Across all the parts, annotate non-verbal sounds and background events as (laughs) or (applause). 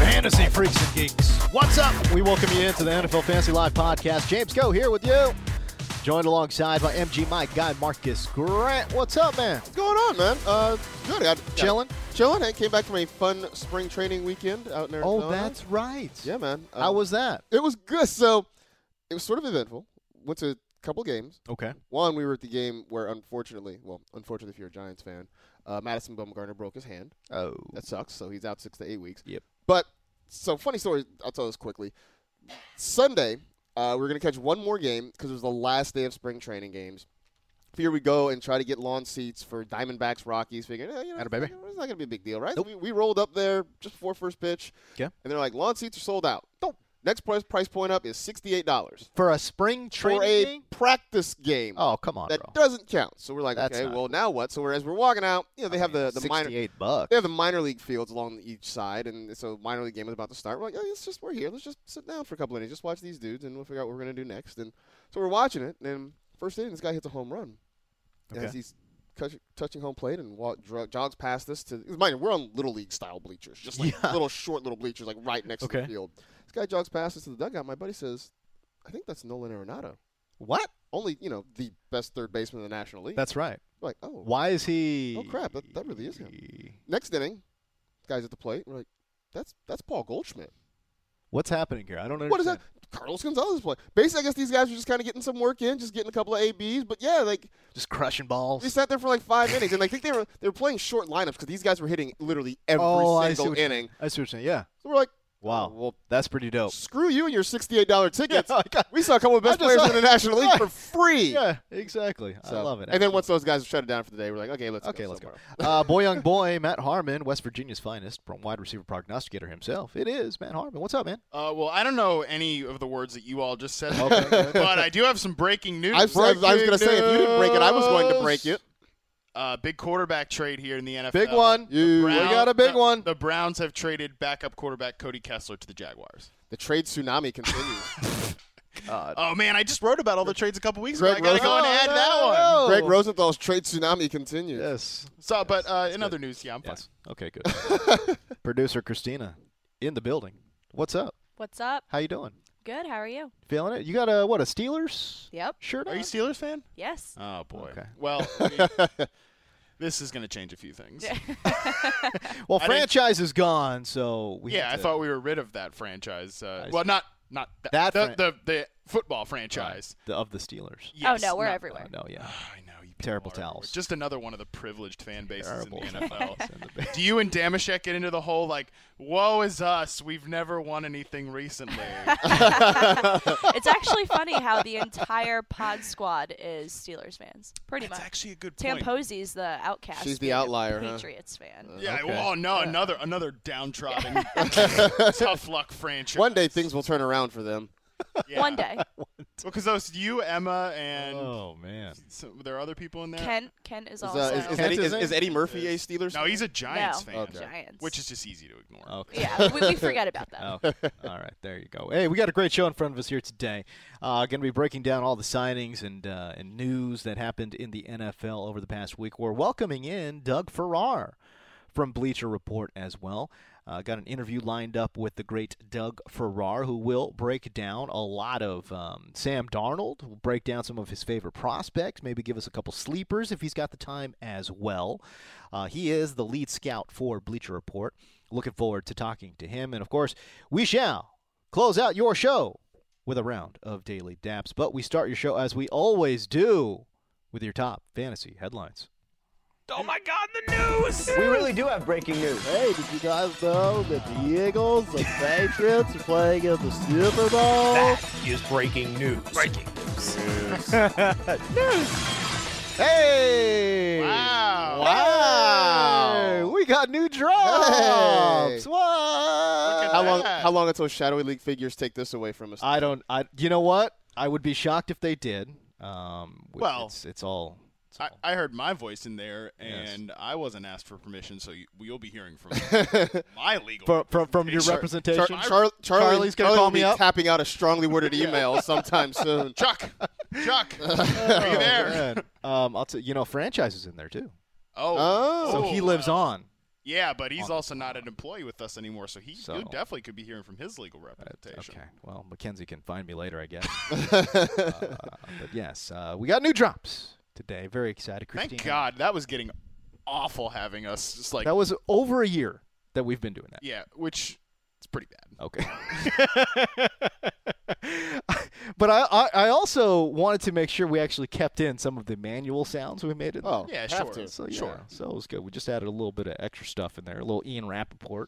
Fantasy freaks and geeks, what's up? We welcome you into the NFL Fantasy Live podcast. James Go here with you, joined alongside by MG Mike guy Marcus Grant. What's up, man? What's going on, man? Uh, good. I got Chilling? got- chilling. I came back from a fun spring training weekend out in Arizona. Oh, that's right. yeah, man. Uh, How was that? It was good. So it was sort of eventful. Went to a couple games. Okay. One, we were at the game where, unfortunately, well, unfortunately, if you're a Giants fan, uh, Madison Bumgarner broke his hand. Oh, That sucks. So he's out six to eight weeks. Yep. But so funny story. I'll tell this quickly. Sunday, uh, we're gonna catch one more game because it was the last day of spring training games. Here we go and try to get lawn seats for Diamondbacks Rockies. Figuring, eh, you know, Atta it's baby. not gonna- it's not gonna be a big deal, right? Nope. We, we rolled up there just before first pitch. 'Kay. And they're like, lawn seats are sold out. Nope. Next price price point up is sixty eight dollars for a spring training for a game? practice game. Oh, come on, that bro. doesn't count. So we're like, That's okay, not- well now what? So we're, as we're walking out, you know, they I have mean, the the minor sixty-eight bucks. they have the minor league fields along each side, and so minor league game is about to start. We're like, oh, let's just we're here. Let's just sit down for a couple innings, just watch these dudes, and we'll figure out what we're gonna do next. And so we're watching it, and first inning, this guy hits a home run Okay. as he's touch, touching home plate and walk, drug, jogs past us to. 'cause Mind you, we're on little league style bleachers, just like Yeah. little short little bleachers, like right next to Okay. the field. This guy jogs past us to the dugout. My buddy says, "I think that's Nolan Arenado, What? only you know the best third baseman in the National League." That's right. We're like, oh, Why is he? Oh, crap, that- that really is him. next inning, guys at the plate. We're like, that's that's Paul Goldschmidt. What's happening here? I don't understand. What is that? Carlos Gonzalez play. Basically, I guess these guys were just kind of getting some work in, just getting a couple of ABs. But yeah, like Just crushing balls. they sat there for like five innings, and I think they were they were playing short lineups because these guys were hitting literally every oh, I see single what you- inning. I see what you're saying. Yeah. So we're like, Wow. oh, well, That's pretty (laughs) dope. screw you and your sixty-eight dollar tickets. Yeah, (laughs) I got- (laughs) we saw a couple of I best just players saw- in the National League Right. for free. (laughs) Yeah, exactly. I So- love it. And then once those guys were shut down for the day, we're like, okay, let's Okay, go let's go. somewhere. Uh, boy, young boy, Matt Harmon, West Virginia's finest, from wide receiver prognosticator himself. It is Matt Harmon. What's up, man? Uh, well, I don't know any of the words that you all just said, (laughs) but I do have some breaking news. I've- I was, I was gonna say if you didn't break it, I was going to break it. Uh, big quarterback trade here in the NFL. Big one. The You- we got a big the- one. The Browns have traded backup quarterback Cody Kessler to the Jaguars. The trade tsunami continues. Oh man, I just wrote about all the trades a couple weeks Uh, Greg ago. I gotta go and Rosenthal. add that one. Greg Rosenthal's trade tsunami continues. Yes. So, but uh, in other news, yeah, I'm fine. Yes. Okay, good. (laughs) Producer Christina in the building. What's up? What's up? How you doing? Good. How are you? Feeling it? You got a what? A Steelers Yep. shirt on? Are you Steelers (laughs) fan? Yes. Oh boy. Okay. Well, I mean, this is gonna change a few things. well, I didn't- franchise is gone, so we yeah, had I to- thought we were rid of that franchise. Uh, I well, see. not not th- That the, fran- the the football franchise. the, of the Steelers. Yes, oh no, we're not- everywhere. No, (sighs) yeah. I know. You people Terrible are- towels. Just another one of the privileged fan bases Terrible in the (laughs) NFL. In the big- Do you and Damashek get into the whole like, "Woe is us, we've never won anything (laughs) recently"? (laughs) it's actually funny how the entire pod squad is Steelers fans. Pretty That's much. actually a good Tam point. Posey's the outcast. She's the being a outlier, huh? Patriots fan. yeah. Okay. Oh no, another another (laughs) downtrodden, (laughs) tough luck franchise. One day things will turn around for them. Yeah. (laughs) One day. What? because well, those you, Emma, and Oh man. so, there are other people in there. Kent, Kent is Is, also. uh, is- is That's Eddie, his is, name? is Eddie Murphy a Steelers? No, he's a Giants No, fan, Okay. Giants. which is just easy to ignore. (laughs) Okay. Yeah, we, we forget about that. Oh, all right, there you go. Hey, we got a great show in front of us here today. Uh, Going to be breaking down all the signings and uh, and news that happened in the NFL over the past week. We're welcoming in Doug Farrar from Bleacher Report as well. Uh, got an interview lined up with the great Doug Farrar, who will break down a lot of um, Sam Darnold. will break down some of his favorite prospects, maybe give us a couple sleepers if he's got the time as well. Uh, he is the lead scout for Bleacher Report. Looking forward to talking to him. And of course, we shall close out your show with a round of daily daps. But we start your show as we always do with your top fantasy headlines. Oh my God, the news! We really do have breaking news. Hey, did you guys know that the Eagles and Patriots are playing in the Super Bowl? is breaking news. Breaking. (laughs) Hey! Wow. Wow! We got new drops. Hey. What? How long? Yeah. How long until shadowy league figures take this away from us? I don't. I. You know what? I would be shocked if they did. Um. w- Well- it's, it's all. It's I, all. I heard my voice in there, Yes. and I wasn't asked for permission, so you, you'll be hearing (laughs) from my legal from, from from your Char- representation. Char- Char- Charlie- Charlie's gonna Charlie call will me be up. Tapping out a strongly worded email sometime soon. Chuck. (laughs) Chuck, are you there? Man. Um. I'll t- you know franchise is in there too. Oh, Oh. So he lives on. Yeah, but he's on the also not an employee with us anymore, so he So- you definitely could be hearing from his legal representation. Okay. Well, Mackenzie can find me later, I guess. Uh, but yes, uh, we got new drops today. Very excited. Thank Christine, God that was getting awful having us just like That was over a year that we've been doing that. yeah, which it's pretty bad. Okay. (laughs) but I, I, I also wanted to make sure we actually kept in some of the manual sounds we made. In Oh, Yeah, have sure. to. so, yeah, sure. So it was good. We just added a little bit of extra stuff in there. A little Ian Rappaport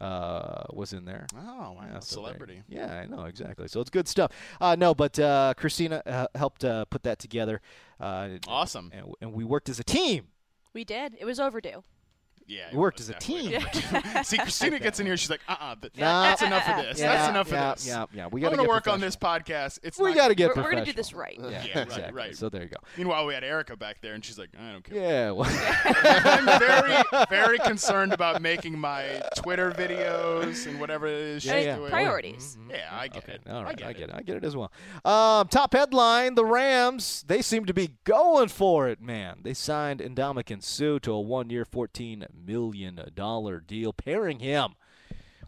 uh, was in there. Oh, wow, Yeah, so there- celebrity. yeah, I know exactly. So it's good stuff. Uh, no, but uh, Christina uh, helped uh, put that together. Uh, and- Awesome. And, and we worked as a team. We did. It was overdue. Yeah, We it worked was as a definitely team. over. (laughs) See, Christina gets in here. She's like, uh, uh (laughs) Nah. that's enough of this. that's enough yeah, of this. Yeah, yeah. We I'm got gonna to work on this podcast. It's We not- got to get We're, we're professional. gonna do this right. Yeah, Yeah, right, exactly. right. So there you go. Meanwhile, we had Erica back there, and she's like, I don't care. Yeah. Well, (laughs) (laughs) I'm very, very concerned about making my Twitter videos and whatever it is. Yeah, she's yeah. Mm-hmm. doing. Priorities. Yeah, I get okay. it. All right. I get, I get it. I get it as well. Um, top headline: The Rams. They seem to be going for it, man. They signed Indomitian Sue to a one-year, fourteen million dollar deal, pairing him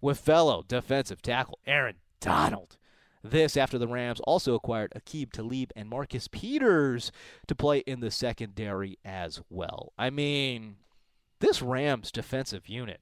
with fellow defensive tackle Aaron Donald. This after the Rams also acquired Akib Talib and Marcus Peters to play in the secondary as well. I mean, this Rams defensive unit,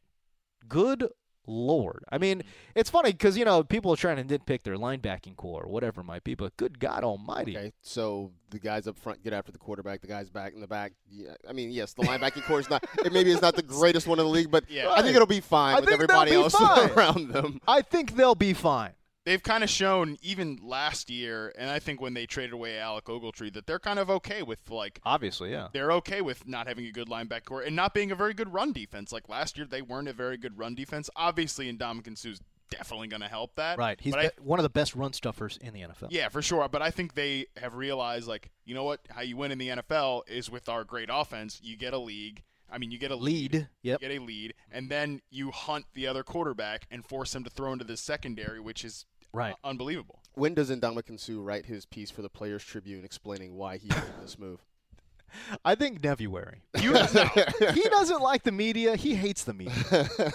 good lord. I mean, it's funny because you know people are trying to nitpick their linebacking core, or whatever it might be, but good God Almighty, Okay, so the guys up front get after the quarterback. The guys back in the back. Yeah, I mean, yes, (laughs) the linebacking core is not. It maybe is not the greatest one in the league, but Yeah. I think it'll be fine I with think they'll everybody be else (laughs) fine. around them. I think they'll be fine. They've kind of shown even last year, and I think when they traded away Alec Ogletree, that they're kind of okay with like Obviously, yeah. they're okay with not having a good linebacker core and not being a very good run defense. Like last year, they weren't a very good run defense. Obviously, Indomitian Sue's definitely going to help that. Right, he's But I- be- one of the best run stuffers in the NFL. Yeah, for sure. But I think they have realized, like, you know what? How you win in the NFL is with our great offense. You get a league. I mean, you get a Lead, yep. You get a lead, and then you hunt the other quarterback and force him to throw into the secondary, which is Right. uh, unbelievable. (laughs) When does Ndamukong Suh write his piece for the Players Tribune explaining why he made this (laughs) move? I think Nevuary. (laughs) You no. (laughs) he doesn't like the media. He hates the media.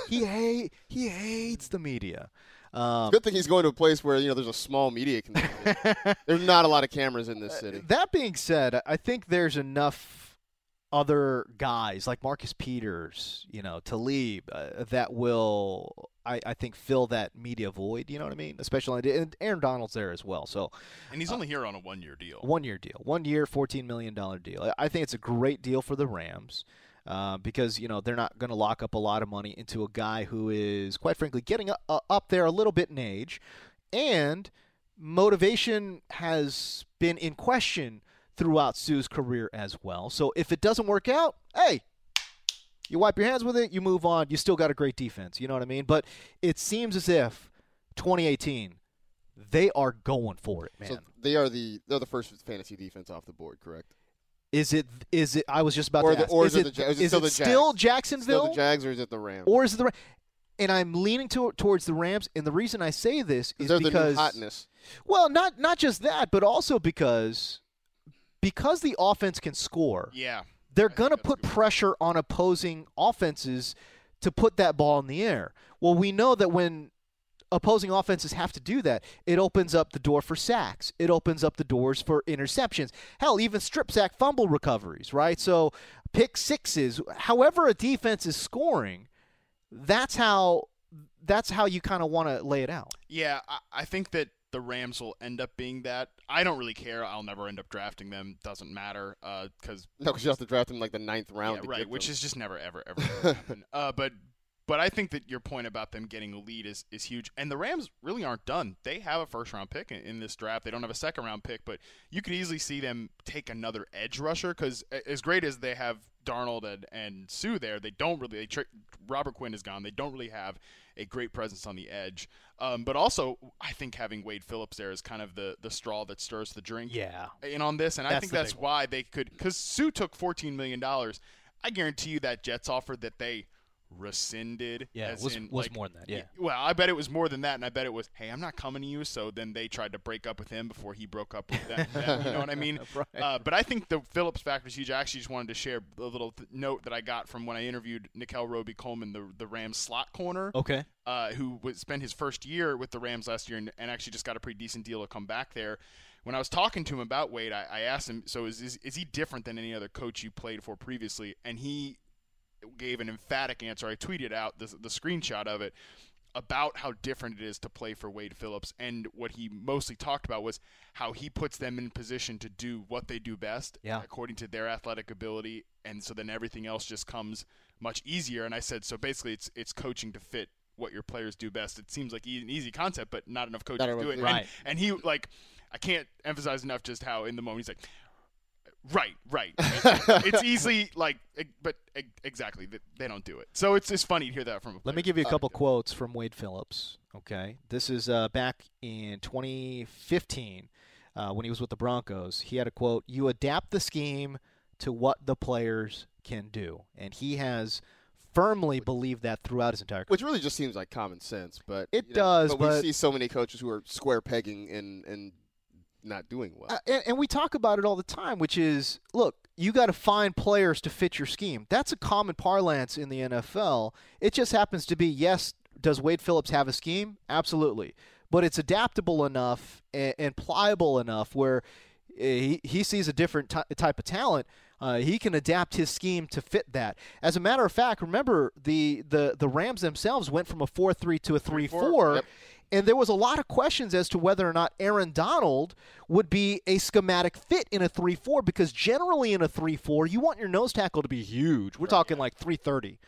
he hate he hates the media. Um, Good thing he's going to a place where you know there's a small media. Contingent. (laughs) there's not a lot of cameras in this city. uh, that being said, I- I think there's enough other guys like Marcus Peters, you know, Talib, uh, that will I, I think fill that media void. You know what I mean? Especially and Aaron Donald's there as well. So and he's only here on a one-year deal. one year deal, one year, fourteen million dollar deal. I- I think it's a great deal for the Rams uh, because you know they're not going to lock up a lot of money into a guy who is, quite frankly, getting up, up there a little bit in age, and motivation has been in question throughout Sue's career as well. So if it doesn't work out, hey, you wipe your hands with it, you move on. You still got a great defense, you know what I mean? But it seems as if 2018 they are going for it, man. So they are the they're the first fantasy defense off the board, correct? is it? Is it? I was just about Or to the- ask. or is, is it it, the Ja- is it is still the still Jags? Jacksonville? Still the Jags or is it the Rams? or is it the Rams? And I'm leaning to, towards the Rams, and the reason I say this is they're the because new hotness. well, not not just that, but also because because the offense can score, Yeah. they're going to put pressure on opposing offenses to put that ball in the air. Well, we know that when opposing offenses have to do that, it opens up the door for sacks. It opens up the doors for interceptions. Hell, even strip sack fumble recoveries, right? So pick sixes, however a defense is scoring, that's how that's how you kind of want to lay it out. Yeah, I, I think that the Rams will end up being that. I don't really care. I'll never end up drafting them. Doesn't matter. uh, Because (laughs) No, because you have to draft him like the ninth round. yeah, to right, get which them. is just never ever ever. gonna (laughs) happen. Uh, but but I think that your point about them getting a lead is is huge. And the Rams really aren't done. They have a first round pick in, in this draft. They don't have a second round pick, but you could easily see them take another edge rusher because as great as they have Darnold and, and Sue there, they don't really. They tra- Robert Quinn is gone. They don't really have a great presence on the edge. Um, but also, I think having Wade Phillips there is kind of the the straw that stirs the drink Yeah. in on this, and I That's think the that's big why they could because Sue took fourteen million dollars. I guarantee you that Jets offer that they rescinded. Yeah, it as was- in, was like- more than that, yeah. Well, I bet it was more than that, and I bet it was, hey, I'm not coming to you. So then they tried to break up with him before he broke up with them. them, you know what I (laughs) mean? Uh, but I think the Phillips factor is huge. I actually just wanted to share a little th- note that I got from when I interviewed Nikel Roby Coleman, the the Rams slot corner Okay. uh, who was, spent his first year with the Rams last year and, and actually just got a pretty decent deal to come back there. When I was talking to him about Wade, I, I asked him, so is, is, is he different than any other coach you played for previously? And he gave an emphatic answer. I tweeted out the, the screenshot of it about how different it is to play for Wade Phillips. And what he mostly talked about was how he puts them in position to do what they do best Yeah. according to their athletic ability. And so then everything else just comes much easier. And I said, so basically it's, it's coaching to fit what your players do best. It seems like e- an easy concept, but not enough coaches enough do it. people. Right. And, and he like, I can't emphasize enough just how in the moment he's like, Right, (laughs) right. it's easily like, ex- but ex- exactly, th- they don't do it. So it's it's funny to hear that from. A Let me player. give you a couple quotes from Wade Phillips. Okay, this is uh, back in 2015 uh, when he was with the Broncos. He had a quote: "You adapt the scheme to what the players can do," and he has firmly believed that throughout his entire career. which really just seems like common sense, but It you know, does, But, but- we see so many coaches who are square pegging and and not doing well. Uh, and, and we talk about it all the time, which is look, you got to find players to fit your scheme. That's a common parlance in the NFL. It just happens to be yes, does Wade Phillips have a scheme? Absolutely. But it's adaptable enough and, and pliable enough where uh, he, he sees a different ty- type of talent. Uh, he can adapt his scheme to fit that. As a matter of fact, remember the, the, the Rams themselves went from a 4 3 to a 3 4. And there was a lot of questions as to whether or not Aaron Donald would be a schematic fit in a 3 4 because generally in a 3 4, you want your nose tackle to be huge. We're talking like 330.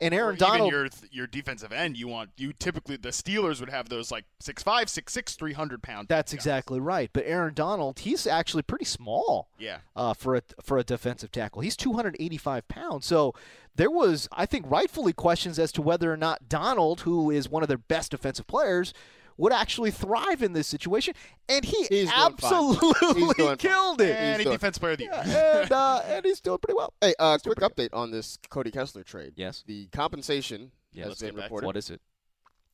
And Or Aaron even Donald. your th- your defensive end, you want you typically the Steelers would have those like six five, six six, three hundred pound. That's guys. exactly right. But Aaron Donald, he's actually pretty small. Yeah. Uh, for a for a defensive tackle, he's 285 pounds. So there was, I think, rightfully questions as to whether or not Donald, who is one of their best defensive players, would actually thrive in this situation, and he He's doing fine. He's absolutely doing fine. (laughs) killed it. Any doing- defense player of the year. (laughs) and, uh, and he's doing pretty well. Hey, uh, quick update on this Cody Kessler trade. Yes. The compensation Yes. has Let's been get back to reported. What is it?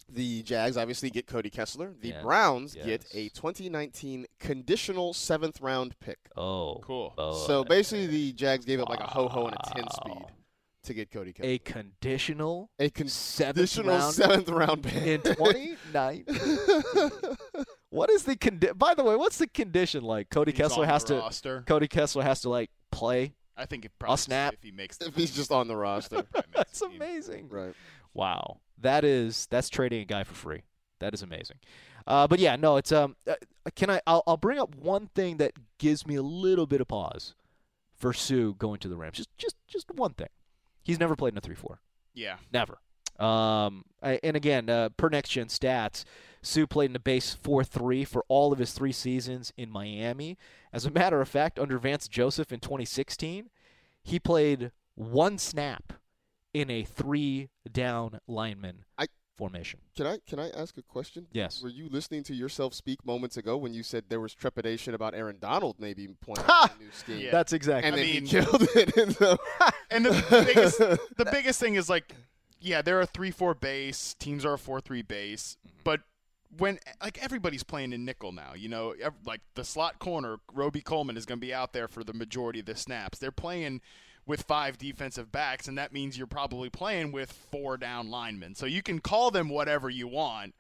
The Jags obviously get Cody Kessler. The Yes, Browns get yes. a 2019 conditional seventh round pick. Oh, Cool. boy. so basically, the Jags gave up like a ho ho and a 10 speed Wow. to get Cody Kessler. A conditional A seventh conditional round seventh round pick. in 29. what is the condi- By the way, what's the condition like? Cody He's Kessler on has the to. roster. Cody Kessler has to like play. I think it probably I'll snap. if he makes the (laughs) if he's (laughs) just on (laughs) the roster. probably makes That's the team. amazing. right. Wow, that is that's trading a guy for free. That is amazing. Uh, but yeah, no, it's um. Uh, can I? I'll, I'll bring up one thing that gives me a little bit of pause for Sue going to the Rams. Just just just one thing. He's never played in a three-four. Yeah. Never. Um, I, and again, uh, per next gen stats, Sue played in the base 4 3 for all of his three seasons in Miami. As a matter of fact, under Vance Joseph in 2016, he played one snap in a three down lineman I- formation. Can I can I ask a question? Yes. Were you listening to yourself speak moments ago when you said there was trepidation about Aaron Donald maybe playing Ha! in a new scheme? Yeah. That's exactly. And I then mean- he killed it. And (laughs) so, And the biggest, the biggest thing is like, yeah, they're a three-four base. Teams are a four-three base, but when like everybody's playing in nickel now, you know, ev- like the slot corner, Roby Coleman is going to be out there for the majority of the snaps. They're playing with five defensive backs, and that means you're probably playing with four down linemen. So you can call them whatever you want,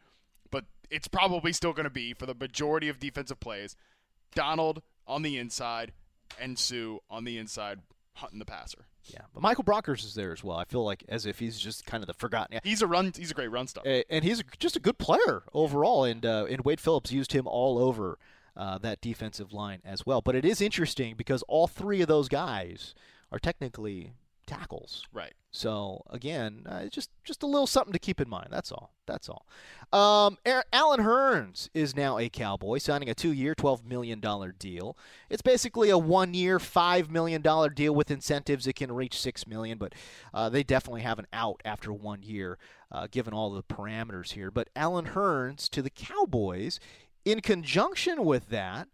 but it's probably still going to be for the majority of defensive plays Donald on the inside and Sue on the inside hunting the passer. Yeah, but Michael Brockers is there as well. I feel like as if he's just kind of the forgotten. He's a run. He's a great run stopper. Uh, and he's just a good player overall. And uh, and Wade Phillips used him all over uh, that defensive line as well. But it is interesting because all three of those guys are technically tackles. Right. So again, uh, it's just just a little something to keep in mind. That's all. That's all. Um, Aaron, Alan Hearns is now a Cowboy, signing a two-year, twelve million dollar deal. It's basically a one-year, five million dollar deal with incentives. It can reach six million, but uh, they definitely have an out after one year, uh, given all the parameters here. But Alan Hearns to the Cowboys, in conjunction with that,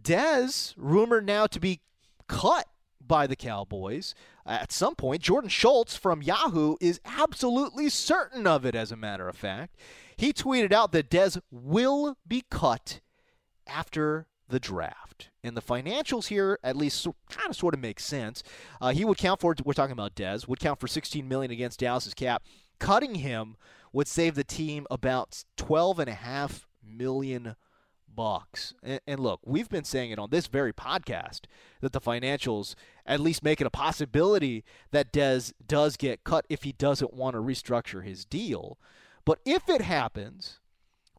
Dez rumored now to be cut by the Cowboys uh, at some point. Jordan Schultz from Yahoo is absolutely certain of it, as a matter of fact. He tweeted out that Dez will be cut after the draft. And the financials here at least kind of sort of make sense. Uh, he would count for we're talking about Dez would count for 16 million against Dallas's cap. Cutting him would save the team about 12 and a half million bucks. And, and look, we've been saying it on this very podcast that the financials at least make it a possibility that Dez does get cut if he doesn't want to restructure his deal. But if it happens,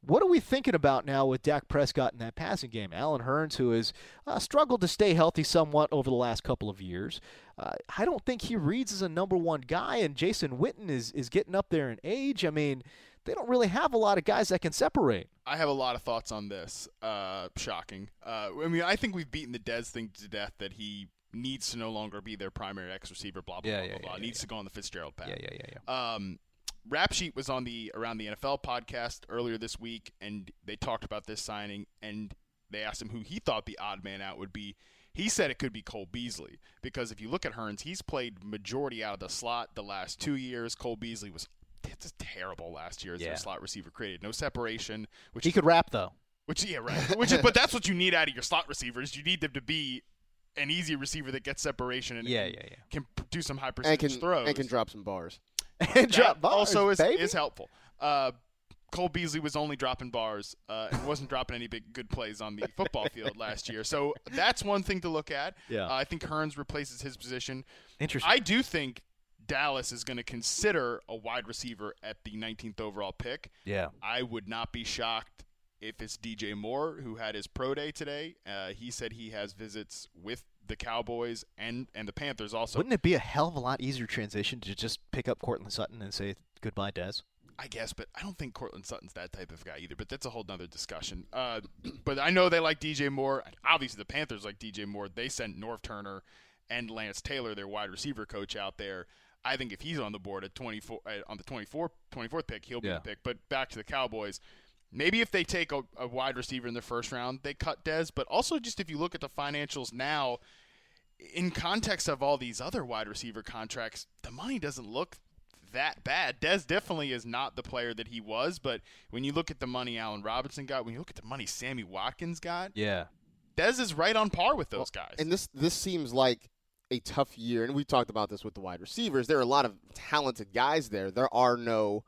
what are we thinking about now with Dak Prescott in that passing game? Alan Hearns, who has uh, struggled to stay healthy somewhat over the last couple of years, uh, I don't think he reads as a number one guy, and Jason Witten is, is getting up there in age. I mean, they don't really have a lot of guys that can separate. I have a lot of thoughts on this. Uh, shocking. Uh, I mean, I think we've beaten the Dez thing to death that he needs to no longer be their primary X receiver. Blah blah Yeah, blah yeah, blah yeah, blah. yeah, needs to go on the Fitzgerald path. yeah, yeah. Um, Rap Sheet was on the Around the NFL podcast earlier this week, and they talked about this signing, and they asked him who he thought the odd man out would be. He said it could be Cole Beasley because if you look at Hearns, he's played majority out of the slot the last two years. Cole Beasley was it's terrible last year as Yeah. their slot receiver created no separation, which He could rap though. which yeah, (laughs) right. Which is, but that's what you need out of your slot receivers. You need them to be an easy receiver that gets separation and Yeah, and yeah, yeah. can p- do some high and, percentage can, throws. and can drop some bars. (laughs) and That drop bars, also is baby. is helpful. Uh, Cole Beasley was only dropping bars uh, and wasn't dropping any big good plays on the football (laughs) field last year. So that's one thing to look at. Yeah. Uh, I think Hearns replaces his position. Interesting. I do think Dallas is going to consider a wide receiver at the 19th overall pick. yeah. I would not be shocked if it's DJ Moore who had his pro day today. Uh, he said he has visits with the Cowboys and and the Panthers also. Wouldn't it be a hell of a lot easier transition to just pick up Cortland Sutton and say goodbye, Dez? I guess, but I don't think Cortland Sutton's that type of guy either. But that's a whole nother discussion. Uh, but I know they like DJ Moore. Obviously, the Panthers like DJ Moore. They sent North Turner and Lance Taylor, their wide receiver coach, out there. I think if he's on the board at 24 uh, on the 24 24th pick, he'll be Yeah. the pick. But back to the Cowboys. Maybe if they take a, a wide receiver in the first round, they cut Dez. But also, just if you look at the financials now, in context of all these other wide receiver contracts, the money doesn't look that bad. Des definitely is not the player that he was, but when you look at the money Allen Robinson got, when you look at the money Sammy Watkins got, Yeah. Des is right on par with those guys. And this this seems like a tough year, and we talked about this with the wide receivers. There are a lot of talented guys there. There are no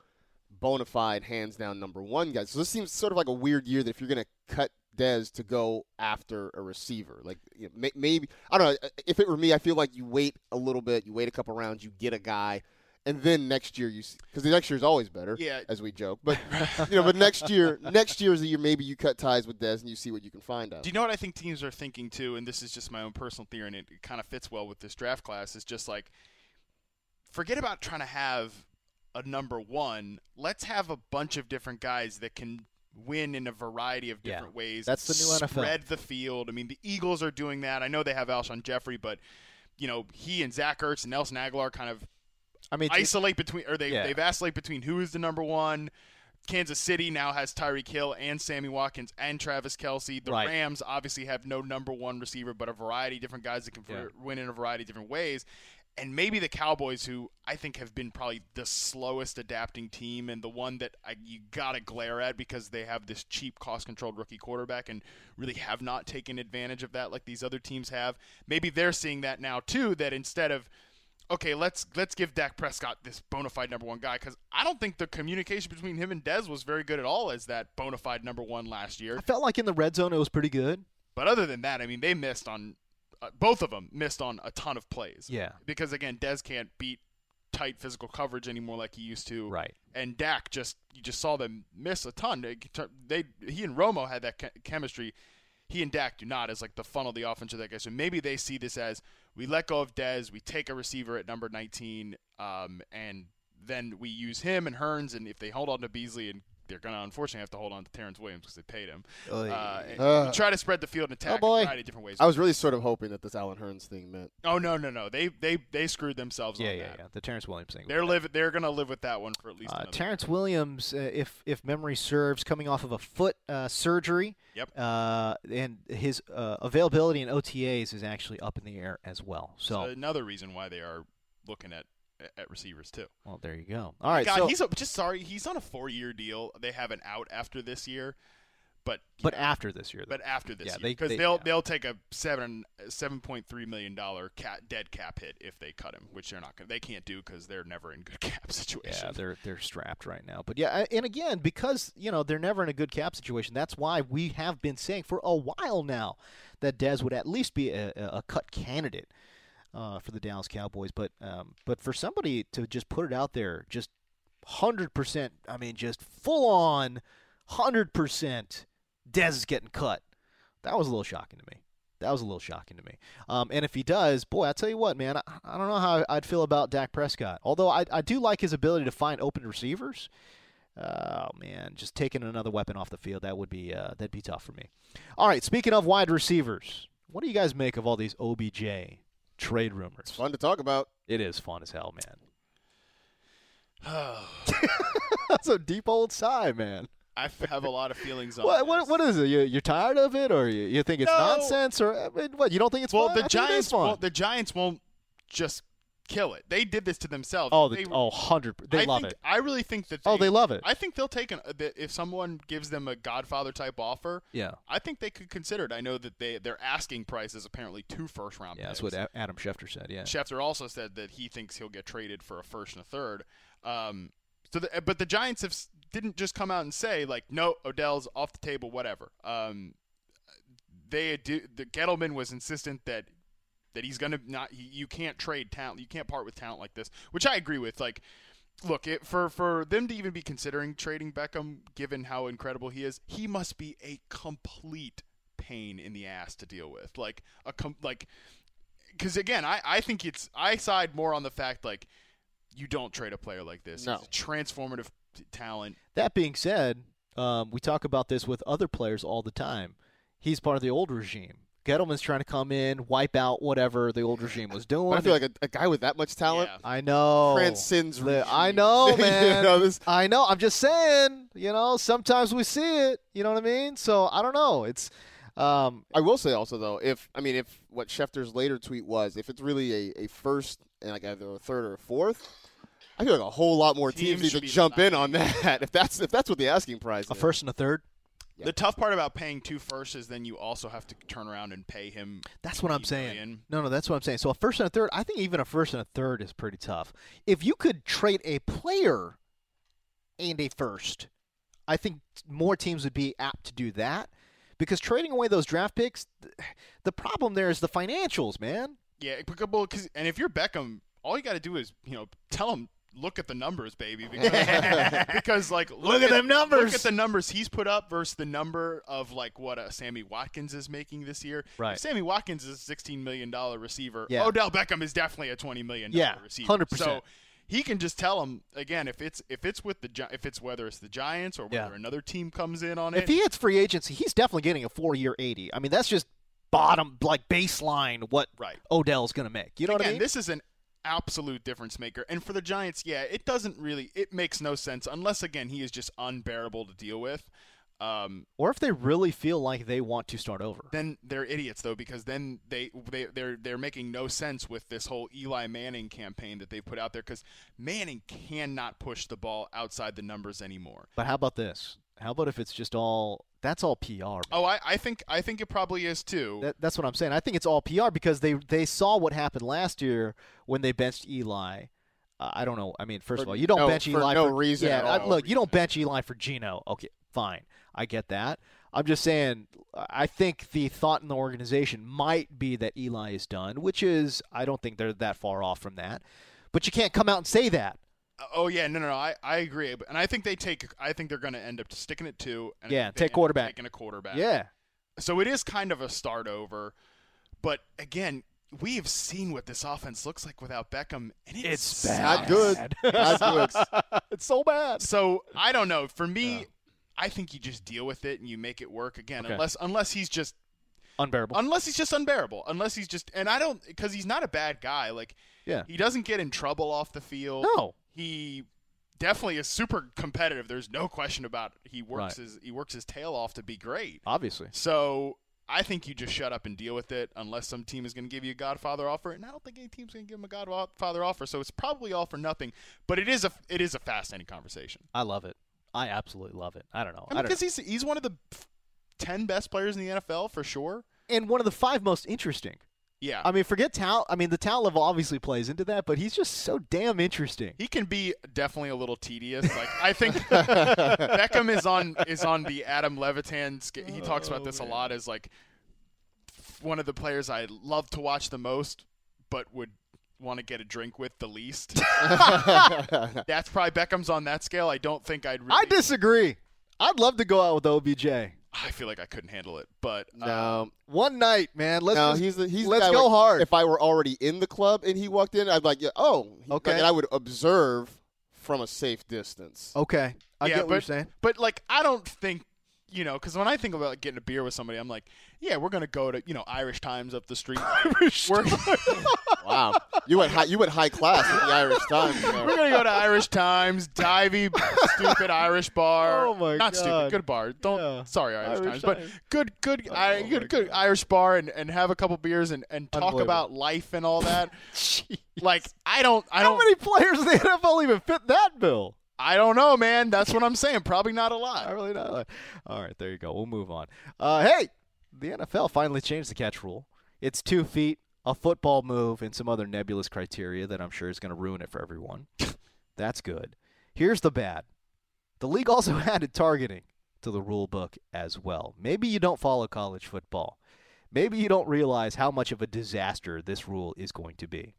bona fide, hands down number one guys. So this seems sort of like a weird year that if you're going to cut Dez to go after a receiver, like you know, may- maybe I don't know. uh, If it were me, I feel like you wait a little bit, you wait a couple rounds, you get a guy. And then next year you because the next year is always better, Yeah. as we joke. (laughs) But you know, but next year, next year is the year maybe you cut ties with Dez and you see what you can find out. Do you know what I think teams are thinking too? And this is just my own personal theory, and it, kind of fits well with this draft class. Is just like, forget about trying to have a number one. Let's have a bunch of different guys that can win in a variety of Yeah. different ways. That's the new spread NFL. the field. I mean, the Eagles are doing that. I know they have Alshon Jeffrey, but you know he and Zach Ertz and Nelson Aguilar kind of I mean, it's- isolate between or they Yeah. they vacillate between who is the number one. Kansas City now has Tyreek Hill and Sammy Watkins and Travis Kelsey. The Right. Rams obviously have no number one receiver, but a variety of different guys that can Yeah. win in a variety of different ways. And maybe the Cowboys, who I think have been probably the slowest adapting team and the one that I, you got to glare at because they have this cheap, cost controlled rookie quarterback and really have not taken advantage of that like these other teams have. Maybe they're seeing that now, too, that instead of okay, let's let's give Dak Prescott this bona fide number one guy because I don't think the communication between him and Dez was very good at all as that bona fide number one last year. I felt like in the red zone it was pretty good. But other than that, I mean, they missed on uh, both of them missed on a ton of plays. Yeah. because again, Dez can't beat tight physical coverage anymore like he used to. Right. And Dak just you just saw them miss a ton. They, they he and Romo had that che- chemistry. He and Dak do not as like the funnel of the offense of that guy. So maybe they see this as we let go of Dez, we take a receiver at number 19, um, and then we use him and Hearns. And if they hold on to Beasley, and they're gonna unfortunately have to hold on to Terrence Williams because they paid him. Oy. Uh, and Ugh. we try to spread the field and oh, attack boy. a variety of different ways. I was really sort of hoping that this Alan Hearns thing meant. oh no no no! They they they screwed themselves. yeah, on yeah, that. yeah. The Terrence Williams thing. They're live. They're gonna live with that one for at least. Uh, another Terrence Williams, uh, if if memory serves, coming off of a foot uh, surgery. Yep. Uh, and his uh, availability in OTAs is actually up in the air as well. So, So another reason why they are looking at at receivers too. well, there you go. All right. God, so, he's a, just sorry. He's on a four-year deal. They have an out after this year, but but after this year, though. but after this Yeah, year, they- because they- they, will yeah. they'll take a seven seven point three million dollar cat dead cap hit if they cut him, which they're not gonna. They can't do because they're never in good (laughs) cap situation. Yeah, (sighs) they're they're strapped right now. But yeah, I- and again, because you know they're never in a good cap situation. That's why we have been saying for a while now that Dez would at least be a, a a cut candidate uh, for the Dallas Cowboys. But um, but for somebody to just put it out there, just hundred percent. I mean, just full on hundred percent. Dez is getting cut. That was a little shocking to me. That was a little shocking to me. Um, and if he does, boy, I tell you what, man, I, I don't know how I'd feel about Dak Prescott. Although I, I do like his ability to find open receivers. Oh man, just taking another weapon off the field that would be uh, that'd be tough for me. All right, speaking of wide receivers, what do you guys make of all these OBJ trade rumors? It's fun to talk about. It is fun as hell, man. (laughs) I That's a deep old sigh, man. f- have a lot of feelings on What, what this. what is it? You, you're tired of it, or you, you think it's No. nonsense, or I mean, what? You don't think it's well, fun? the I think it is Giants fun. won't. The Giants won't just kill it. They did this to themselves. oh, the, They- oh, 100 They I love think, it. I really think that. They, Oh, they love it. I think they'll take an that if someone gives them a Godfather type offer. yeah. I think they could consider it. I know that they their asking price is apparently two first round. Yeah, picks. that's what A- Adam Schefter said. Yeah. Schefter also said that he thinks he'll get traded for a first and a third. Um, so, the, but the Giants have s- didn't just come out and say like, no, Odell's off the table, whatever. Um, they do. The Gettleman was insistent that that he's gonna not. He, you can't trade talent. You can't part with talent like this, which I agree with. Like, look, it, for for them to even be considering trading Beckham, given how incredible he is, he must be a complete pain in the ass to deal with. Like a com- like because again, I, I think it's I side more on the fact like you don't trade a player like this. No. He's a transformative t- talent. That being said, um, we talk about this with other players all the time. He's part of the old regime. Gettleman's trying to come in, wipe out whatever the old regime was doing. But I feel like a, a guy with that much talent Yeah. I know. transcends. Li- I regime. know, (laughs) You man. know, this- I know. I'm just saying. You know, sometimes we see it. You know what I mean? So I don't know. It's, um, I will say also though, if I mean if what Schefter's later tweet was, if it's really a, a first and like either a third or a fourth, I feel like a whole lot more Teams teams, need should to be jump in allowed. on that. (laughs) If that's if that's what the asking price a is. first and a third. Yeah. The tough part about paying two firsts is then you also have to turn around and pay him. That's what I'm 50 saying. million. No, no, that's what I'm saying. So a first and a third, I think even a first and a third is pretty tough. If you could trade a player and a first, I think more teams would be apt to do that because trading away those draft picks, th- the problem there is the financials, man. Yeah, because and if you're Beckham, all you got to do is you know tell him look at the numbers, baby, (laughs) because, because like look, at them numbers. Look at the numbers he's put up versus the number of like what uh, Sammy Watkins is making this year. Right. If Sammy Watkins is a sixteen million dollar receiver. Yeah. Odell Beckham is definitely a twenty million dollar Yeah, receiver. 100%. So he can just tell him again if it's if it's with the Gi- if it's whether it's the Giants or whether Yeah. another team comes in on If it. he hits free agency, he's definitely getting a four-year 80. I mean, that's just bottom like baseline what Right. Odell's going to make. You know Again, what I mean? this is an absolute difference maker. And for the Giants, yeah, it doesn't really it makes no sense unless again he is just unbearable to deal with. Um, Or if they really feel like they want to start over. then they're idiots though because then they they they're they're making no sense with this whole Eli Manning campaign that they put out there cuz Manning cannot push the ball outside the numbers anymore. But how about this? How about if it's just all that's all PR? man. Oh, I, I think I think it probably is Oh. too. That, that's what I'm saying. I think it's all PR because they they saw what happened last year when they benched Eli. Uh, I don't know. I mean, first For of all, you don't no- bench for Eli no reason Yeah, at I- all. look, you don't bench Eli for Geno. Okay, fine, I get that. I'm just saying. I think the thought in the organization might be that Eli is done, which is I don't think they're that far off from that. But you can't come out and say that. Oh yeah, no, no, no. I, I agree, But- and I think they take. I think they're going to end up sticking it two. And I Yeah, think they take end up quarterback. Taking a quarterback. Yeah, So it is kind of a start over, but again, we have seen what this offense looks like without Beckham, and it It's sucks. Not good. Not good. (laughs) it's so bad. So I don't know. For me, I think you just deal with it and you make it work again, Okay. unless unless he's just Unbearable. unless he's just unbearable, unless he's just and I don't because he's not a bad guy. Like yeah. he doesn't get in trouble off the field. No. he definitely is super competitive. There's no question about it. he works Right. his he works his tail off to be great. Obviously. So I think you just shut up and deal with it unless some team is going to give you a Godfather offer, and I don't think any team's going to give him a Godfather offer. So it's probably all for nothing. But it is a it is a fascinating conversation I love it. I absolutely love it. I don't know. because I I mean, don't 'cause he's he's one of the ten best players in the NFL for sure. know. And one of the five most interesting. Yeah, I mean, forget talent. I mean, the talent level obviously plays into that, but he's just so damn interesting. He can be definitely a little tedious. Like I (laughs) think Beckham is on is on the Adam Levitan. sca- He talks Oh, about this a lot as like one of the players I love to watch the most, but would want to get a drink with the (laughs) least. That's probably Beckham's on that scale. I don't think I'd. Really, I disagree. I'd love to go out with OBJ. I feel like I couldn't handle it, but uh, No, One night, man. Let's Um, no, just- he's the, he's the let's guy, go like, hard. If I were already in the club and he walked in, I'd be like, yeah, oh, He- Okay. like, and I would observe from a safe distance. okay. I yeah, get what but, you're saying. But like, I don't think you know, because when I think about getting a beer with somebody, I'm like, yeah, we're gonna go to you know Irish Times up the (laughs) street. Irish we're, Wow, (laughs) you went high, you went high class at the Irish Times. there. We're gonna go to Irish Times, divey, stupid Irish bar. Oh my Not stupid, God. good bar. Don't Yeah. sorry Irish, Irish Oh Times, but good, good, I, good, good Irish bar, and, and have a couple beers and, and talk Unbelievable. about life and all (laughs) that. like I don't, I How don't, many players in the (laughs) NFL even fit that bill? I don't know, man. That's what I'm saying. Probably not a I lot. really not. All right, there you go. We'll move on. Uh, hey, the NFL finally changed the catch rule. It's two feet, a football move, and some other nebulous criteria that I'm sure is going to ruin it for everyone. (laughs) That's good. Here's the bad. The league also (laughs) added targeting to the rule book as well. Maybe you don't follow college football. Maybe you don't realize how much of a disaster this rule is going to be.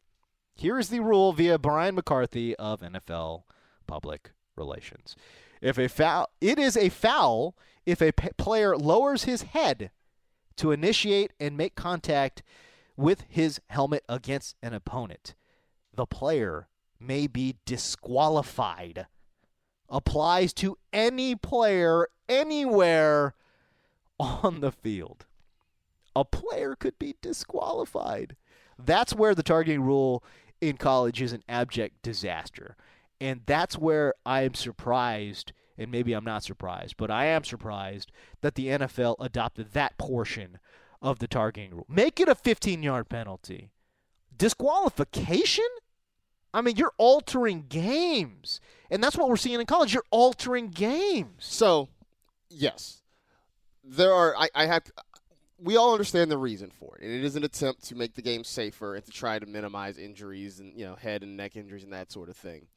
Here is the rule via Brian McCarthy of NFL Public Relations. If a foul, it is a foul if a p- player lowers his head to initiate and make contact with his helmet against an opponent. The player may be disqualified. Applies to any player anywhere (laughs) on the field. A player could be disqualified. That's where the targeting rule in college is an abject disaster. And that's where I am surprised, and maybe I'm not surprised, but I am surprised that the NFL adopted that portion of the targeting rule. Make it a 15 yard penalty. Disqualification? I mean, you're altering games. And that's what we're seeing in college. You're altering games. So, yes, there are. I, I have. We all understand the reason for it, and it is an attempt to make the game safer and to try to minimize injuries and you know head and neck injuries and that sort of thing.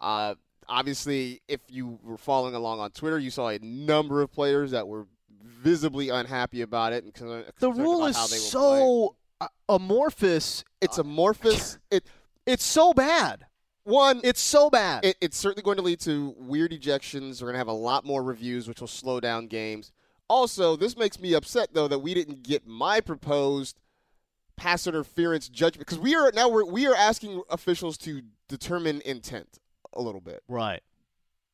Uh, obviously, if you were following along on Twitter, you saw a number of players that were visibly unhappy about it and concerned The concerned rule about is how they will play. so uh, amorphous. (coughs) It's amorphous. It It's so bad. one. It's so bad. Uh, it, it's certainly going to lead to weird ejections. We're going to have a lot more reviews, which will slow down games. Also, this makes me upset though that we didn't get my proposed pass interference judgment because we are now we're, we are asking officials to determine intent a little bit. right.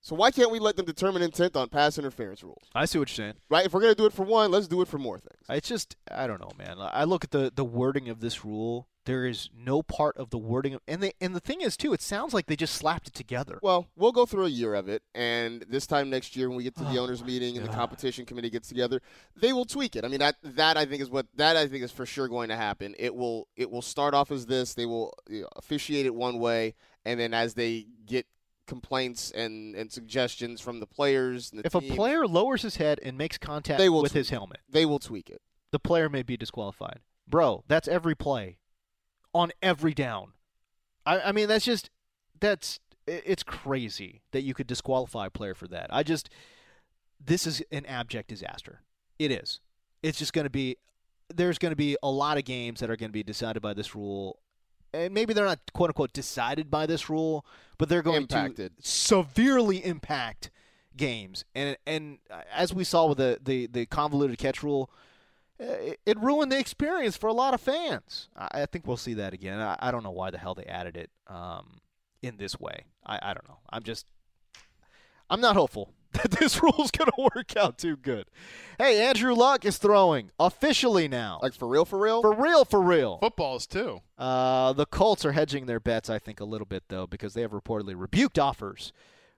So why can't we let them determine intent on pass interference rules? I see what you're saying. Right? If we're going to do it for one, let's do it for more things. It's just I don't know, man. I look at the the wording of this rule There is no part of the wording, of, and they, and the thing is too. It sounds like they just slapped it together. Well, we'll go through a year of it, and this time next year, when we get to the owners' meeting and the Oh, God. competition committee gets together, they will tweak it. I mean, that that I think is what that I think is for sure going to happen. It will it will start off as this. They will you know, officiate it one way, and then as they get complaints and and suggestions from the players, and the If a team, player lowers his head and makes contact They will with tweak his helmet, they will tweak it. the player may be disqualified. Bro, that's every play, on every down. I, I mean, that's just that's i- it's crazy that you could disqualify a player for that. I just this is an abject disaster. It is. It's just going to be. There's going to be a lot of games that are going to be decided by this rule, and maybe they're not quote unquote decided by this rule, but they're going Impacted. to severely impact games. And and uh, as we saw with the the, the convoluted catch rule, uh, it, it ruined the experience for a lot of fans. I, I think we'll see that again. I, I don't know why the hell they added it um, in this way. I, I don't know. I'm just I'm not hopeful (laughs) that this rule's going to work out too good. Hey, Andrew Luck is throwing officially now. Like for real, for real. for real, for real. Footballs too. Uh, the Colts are hedging their bets, I think, a little bit though, because they have reportedly rebuked offers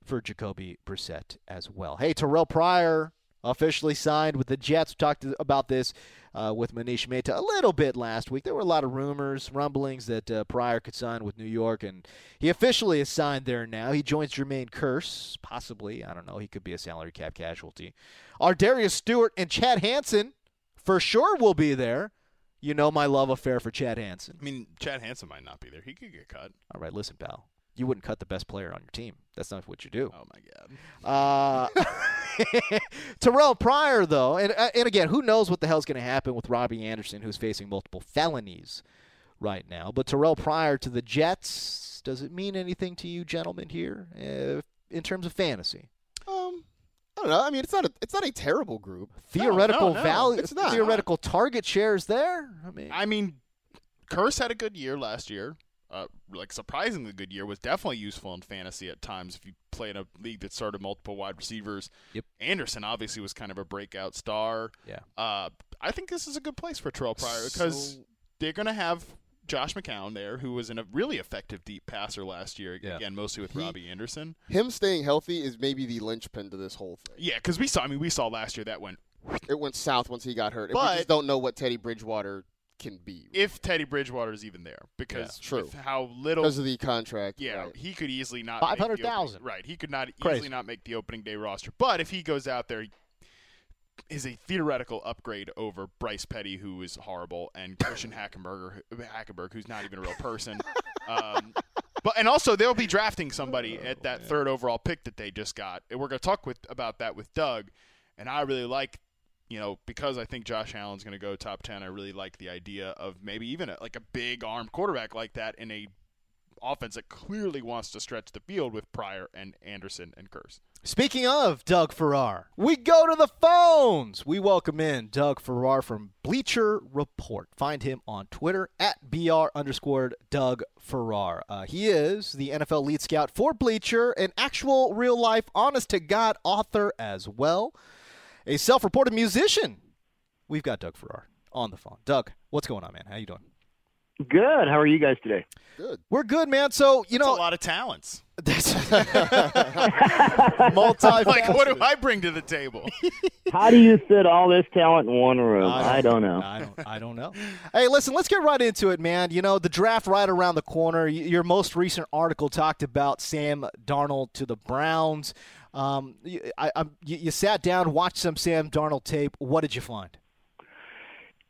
for Jacoby Brissett as well. Hey, Terrell Pryor officially signed with the Jets. We talked about this uh, with Manish Mehta a little bit last week. There were a lot of rumors, rumblings that uh, Pryor could sign with New York, and he officially is signed there now. He joins Jermaine Curse, possibly. I don't know. He could be a salary cap casualty. Our Darius Stewart and Chad Hansen for sure will be there. You know my love affair for Chad Hansen. I mean, Chad Hansen might not be there. He could get cut. All right, listen, pal. You wouldn't cut the best player on your team. That's not what you do. Oh my god. Uh, (laughs) Terrell Pryor, though, and uh, and again, who knows what the hell's going to happen with Robbie Anderson, who's facing multiple felonies right now. But Terrell Pryor to the Jets, does it mean anything to you, gentlemen, here uh, in terms of fantasy? Um, I don't know. I mean, it's not a it's not a terrible group. Theoretical no. value, It's not. theoretical target shares there. I mean, I mean, Curse had a good year last year. Uh, like surprisingly good year was definitely useful in fantasy at times if you play in a league that started multiple wide receivers. Yep. Anderson obviously was kind of a breakout star. Yeah. Uh, I think this is a good place for Terrell Pryor because So- they're going to have Josh McCown there, who was in a really effective deep passer last year. Yeah. Again, mostly with He- Robbie Anderson. Him staying healthy is maybe the linchpin to this whole thing. Yeah, because we saw. I mean, we saw last year that went It went south once he got hurt. we But- just don't know what Teddy Bridgewater can be if Teddy Bridgewater is even there because Yeah, true. with how little because of the contract. Yeah, right. he could easily not make the opening- 500,000. Right, he could not Crazy. easily not make the opening day roster. But if he goes out there, he is a theoretical upgrade over Bryce Petty, who is horrible, and Christian Hackenberger, Hackenberg, who's not even a real person. um, but and also they'll be drafting somebody at that third overall pick that they just got, and we're going to talk with about that with Doug. And I really like you know, because I think Josh Allen's going to go top 10, I really like the idea of maybe even a, like a big arm quarterback like that in a offense that clearly wants to stretch the field with Pryor and Anderson and Curse. Speaking of Doug Farrar, we go to the phones. We welcome in Doug Farrar from Bleacher Report. Find him on Twitter at BR underscore Doug Farrar. Uh, he is the NFL lead scout for Bleacher, an actual real life, honest to God author as well, a self reported musician. We've got Doug Farrar on the phone. Doug, what's going on, man? How you doing? Good. How are you guys today? good. We're good, man. So, you That's know, a lot of talents. (laughs) that's (laughs) multi Like, what do I bring to the table? (laughs) How do you fit all this talent in one room? I don't, know. I don't. I don't know. (laughs) hey, listen. Let's get right into it, man. You know the draft right around the corner. Y- Your most recent article talked about Sam Darnold to the Browns. Um, y- I, I'm- you, you sat down, watched some Sam Darnold tape. What did you find?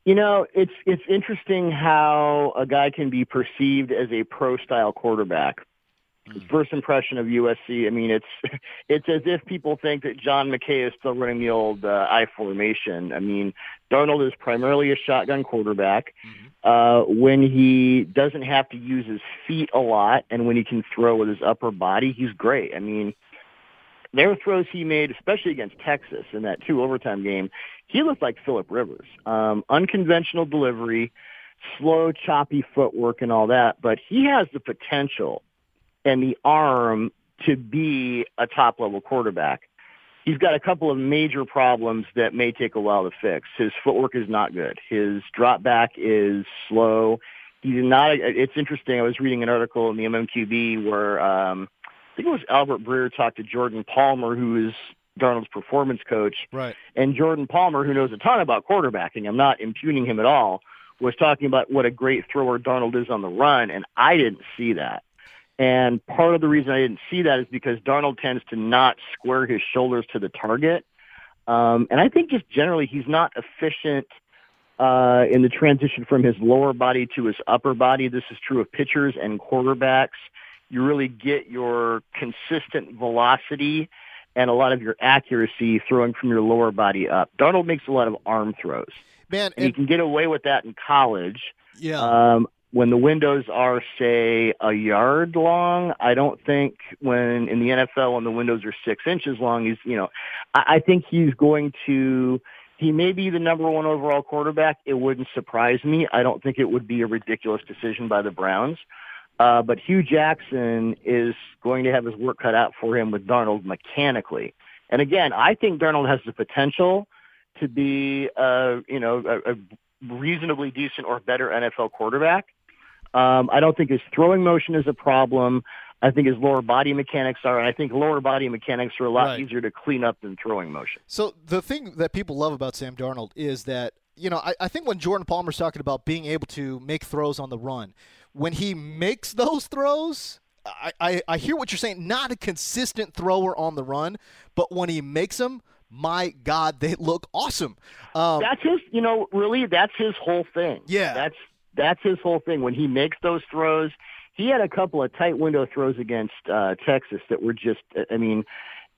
You know, it's it's interesting how a guy can be perceived as a pro style quarterback. First impression of USC. I mean, it's (laughs) it's as if people think that John McKay is still running the old uh, I formation. I mean, Darnold is primarily a shotgun quarterback. Uh, when he doesn't have to use his feet a lot, and when he can throw with his upper body, he's great. I mean, there are throws he made, especially against Texas in that two overtime game, he looked like Philip Rivers. Um, unconventional delivery, slow, choppy footwork, and all that. But he has the potential and the arm to be a top level quarterback. He's got a couple of major problems that may take a while to fix. His footwork is not good. His drop back is slow. he did not. It's interesting. I was reading an article in the MMQB where um, I think it was Albert Breer talked to Jordan Palmer, who is Darnold's performance coach, Right. and Jordan Palmer, who knows a ton about quarterbacking, I'm not impugning him at all, was talking about what a great thrower Darnold is on the run, and I didn't see that. And part of the reason I didn't see that is because Darnold tends to not square his shoulders to the target. Um, and I think just generally he's not efficient uh, in the transition from his lower body to his upper body. This is true of pitchers and quarterbacks. You really get your consistent velocity and a lot of your accuracy throwing from your lower body up. Darnold makes a lot of arm throws, Man, and he and, can get away with that in college. yeah. Um, when the windows are, say, a yard long, I don't think when in the NFL when the windows are six inches long, he's you know, I, I think he's going to. He may be the number one overall quarterback. It wouldn't surprise me. I don't think it would be a ridiculous decision by the Browns. Uh, but Hugh Jackson is going to have his work cut out for him with Darnold mechanically. And again, I think Darnold has the potential to be, uh, you know, a, a reasonably decent or better NFL quarterback. Um, I don't think his throwing motion is a problem. I think his lower body mechanics are, and I think lower body mechanics are a lot Right. easier to clean up than throwing motion. So the thing that people love about Sam Darnold is that you know I, I think when Jordan Palmer's talking about being able to make throws on the run, when he makes those throws. I, I, I hear what you're saying. Not a consistent thrower on the run, but when he makes them, my God, they look awesome. Um, That's his, you know, really, that's his whole thing. Yeah. that's that's his whole thing. When he makes those throws, he had a couple of tight window throws against uh, Texas that were just, I mean,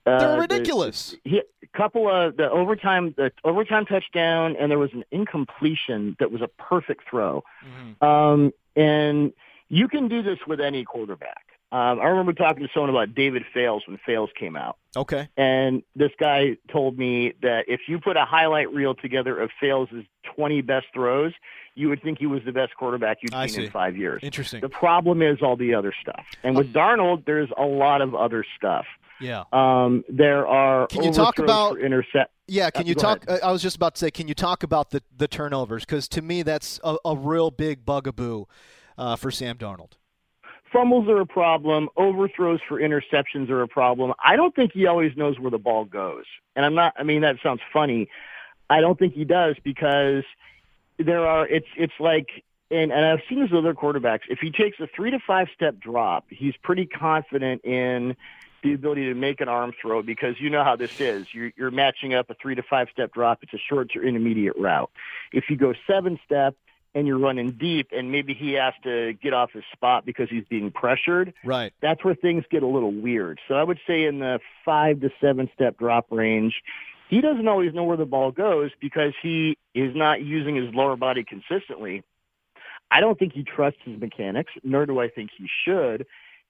uh, they're the- ridiculous. he couple of the overtime the overtime touchdown and there was an incompletion that was a perfect throw um, and you can do this with any quarterback um, i remember talking to someone about david fails when fails came out okay. and this guy told me that if you put a highlight reel together of fails' 20 best throws you would think he was the best quarterback you'd I Oh. seen see. in five years Interesting. the problem is all the other stuff and with darnold there's a lot of other stuff Yeah. um, there are Can you talk overthrows about- for intercept? Yeah, can Uh, you go talk? uh, I was just about to say, can you talk about the, the turnovers? Because to me, that's a, a real big bugaboo uh, for Sam Darnold. Fumbles are a problem. Overthrows for interceptions are a problem. I don't think he always knows where the ball goes, and I'm not. I mean, that sounds funny. I don't think he does because there are. It's it's like. And, and I've seen this with other quarterbacks. If he takes a three to five step drop, he's pretty confident in the ability to make an arm throw because you know how this is. You're, you're matching up a three to five step drop. It's a short to intermediate route. If you go seven step and you're running deep and maybe he has to get off his spot because he's being pressured, Right. that's where things get a little weird. So I would say in the five to seven step drop range, he doesn't always know where the ball goes because he is not using his lower body consistently. I don't think he trusts his mechanics, nor do I think he should.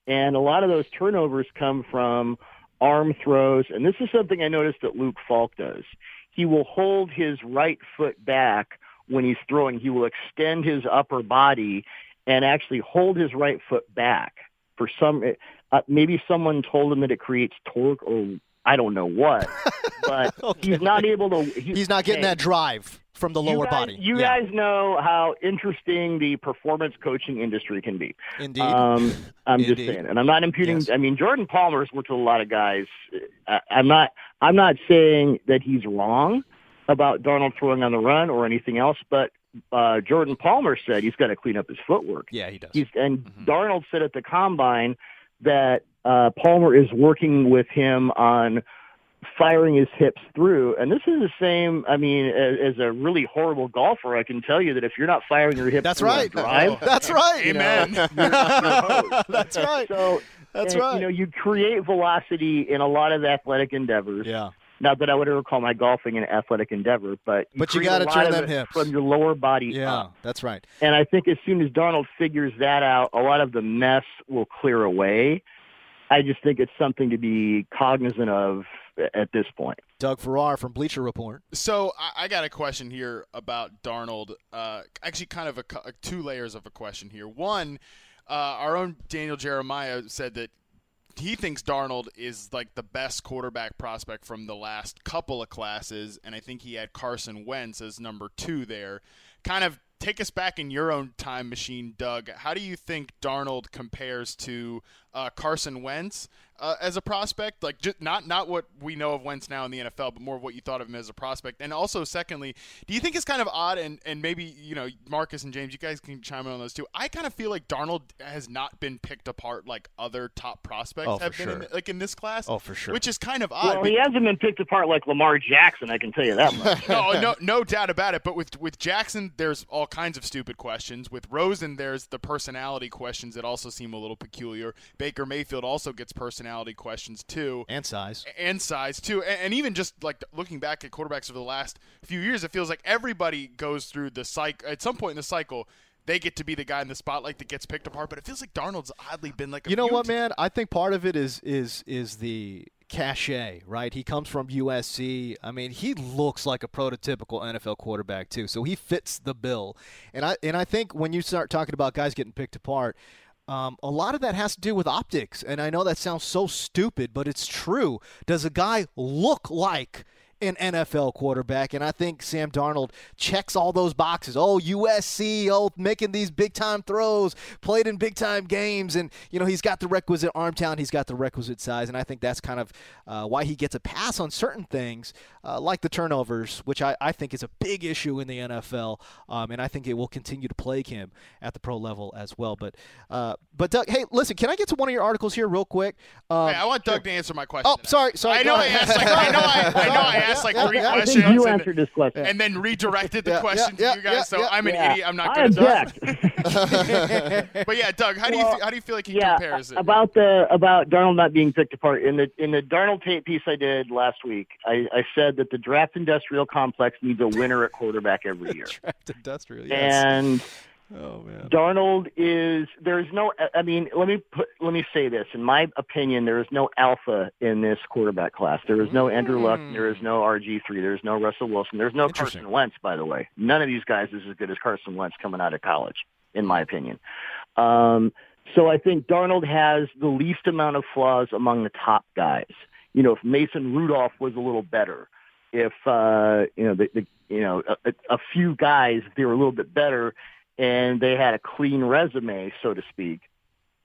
And a lot of those turnovers come from arm throws. And this is something I noticed that Luke Falk does. He will hold his right foot back when he's throwing. He will extend his upper body and actually hold his right foot back for some uh, maybe someone told him that it creates torque or I don't know (laughs) what, but he's not able to. he- He's not getting hey, that drive from the you lower guys- body. You Yeah, guys know how interesting the performance coaching industry can be. Indeed. Um, I'm just Indeed. saying, and I'm not imputing. Yes. I mean, Jordan Palmer's worked with a lot of guys. I, I'm not. I'm not saying that he's wrong about Darnold throwing on the run or anything else, but uh, Jordan Palmer said he's got to clean up his footwork. (laughs) yeah, he does. He's and Mm-hmm. Darnold said at the combine that uh, Palmer is working with him on firing his hips through, and this is the same. I mean, as, as a really horrible golfer, I can tell you that if you're not firing your hips, That's through on right. drive, (laughs) That's right. Amen. (laughs) That's right. So Oh. That's and, right. You know, you create velocity in a lot of athletic endeavors. Yeah. Not that I would ever call my golfing an athletic endeavor, but But you create a gotta lot turn of them it hips. from your lower body Yeah. up. That's right. And I think as soon as Donald figures that out, a lot of the mess will clear away. I just think it's something to be cognizant of at this point. Doug Farrar from Bleacher Report. So I, I got a question here about Darnold. Uh, actually, kind of a, cou- uh, two layers of a question here. One, uh, our own Daniel Jeremiah said that he thinks Darnold is like the best quarterback prospect from the last couple of classes, and I think he had Carson Wentz as number two there. Kind of take us back in your own time machine, Doug. How do you think Darnold compares to uh, Carson Wentz uh, as a prospect? Like, just not not what we know of Wentz now in the NFL, but more of what you thought of him as a prospect. And also, secondly, do you think it's kind of odd? And and maybe you know Marcus and James, you guys can chime in on those too. I kind of feel like Darnold has not been picked apart like other top prospects Oh, for have been, in, sure. like in this class. Oh, for sure. Which is kind of odd. Well, he hasn't been picked apart like Lamar Jackson, I can tell you (laughs) that much. no, (laughs) no, no doubt about it. But with with Jackson, there's all kinds of stupid questions. With Rosen, there's the personality questions that also seem a little peculiar. Baker Mayfield also gets personality questions too, and size. and size too, and, and even just like looking back at quarterbacks over the last few years, it feels like everybody goes through the cycle at some point in the cycle. They get to be the guy in the spotlight that gets picked apart, but it feels like Darnold's oddly been like a You know what, mutant. man? I think part of it is is is the cachet, right? He comes from USC. I mean, he looks like a prototypical NFL quarterback too, so he fits the bill. And I and I think when you start talking about guys getting picked apart. Um, a lot of that has to do with optics, and I know that sounds so stupid, but it's true. Does a guy look like an NFL quarterback, and I think Sam Darnold checks all those boxes. Oh, USC, oh, making these big time throws, played in big time games, and you know he's got the requisite arm talent, he's got the requisite size, and I think that's kind of uh, why he gets a pass on certain things, uh, like the turnovers, which I, I think is a big issue in the NFL, um, and I think it will continue to plague him at the pro level as well. But uh, but Doug, hey, listen, can I get to one of your articles here real quick? Um, Hey, I want Doug to answer my question. oh, sorry, sorry. I go know I ahead. asked like I know I, I know (laughs) I asked like Yeah, three yeah, (laughs) I I questions. think you and- answered this question. and then redirected the Yeah, question yeah, to you guys. yeah, so yeah. I'm an Yeah. idiot. I'm not I good at object. that. (laughs) But yeah, Doug, how do you Well, fe- how do you feel like he yeah, compares it? about the about Darnold not being picked apart in the in the Darnold tape piece I did last week. I, I said that the draft industrial complex needs a winner at quarterback every (laughs) year, Trapped industrial. Yes. and oh man. Darnold is there's no I mean let me put let me say this in my opinion there is no alpha in this quarterback class there is no Andrew Luck there is no RG3 there is no Russell Wilson there's no Interesting. Carson Wentz by the way none of these guys is as good as Carson Wentz coming out of college in my opinion um, so I think Darnold has the least amount of flaws among the top guys you know if Mason Rudolph was a little better if uh, you know the, the you know a, a a few guys if they were a little bit better and they had a clean resume, so to speak,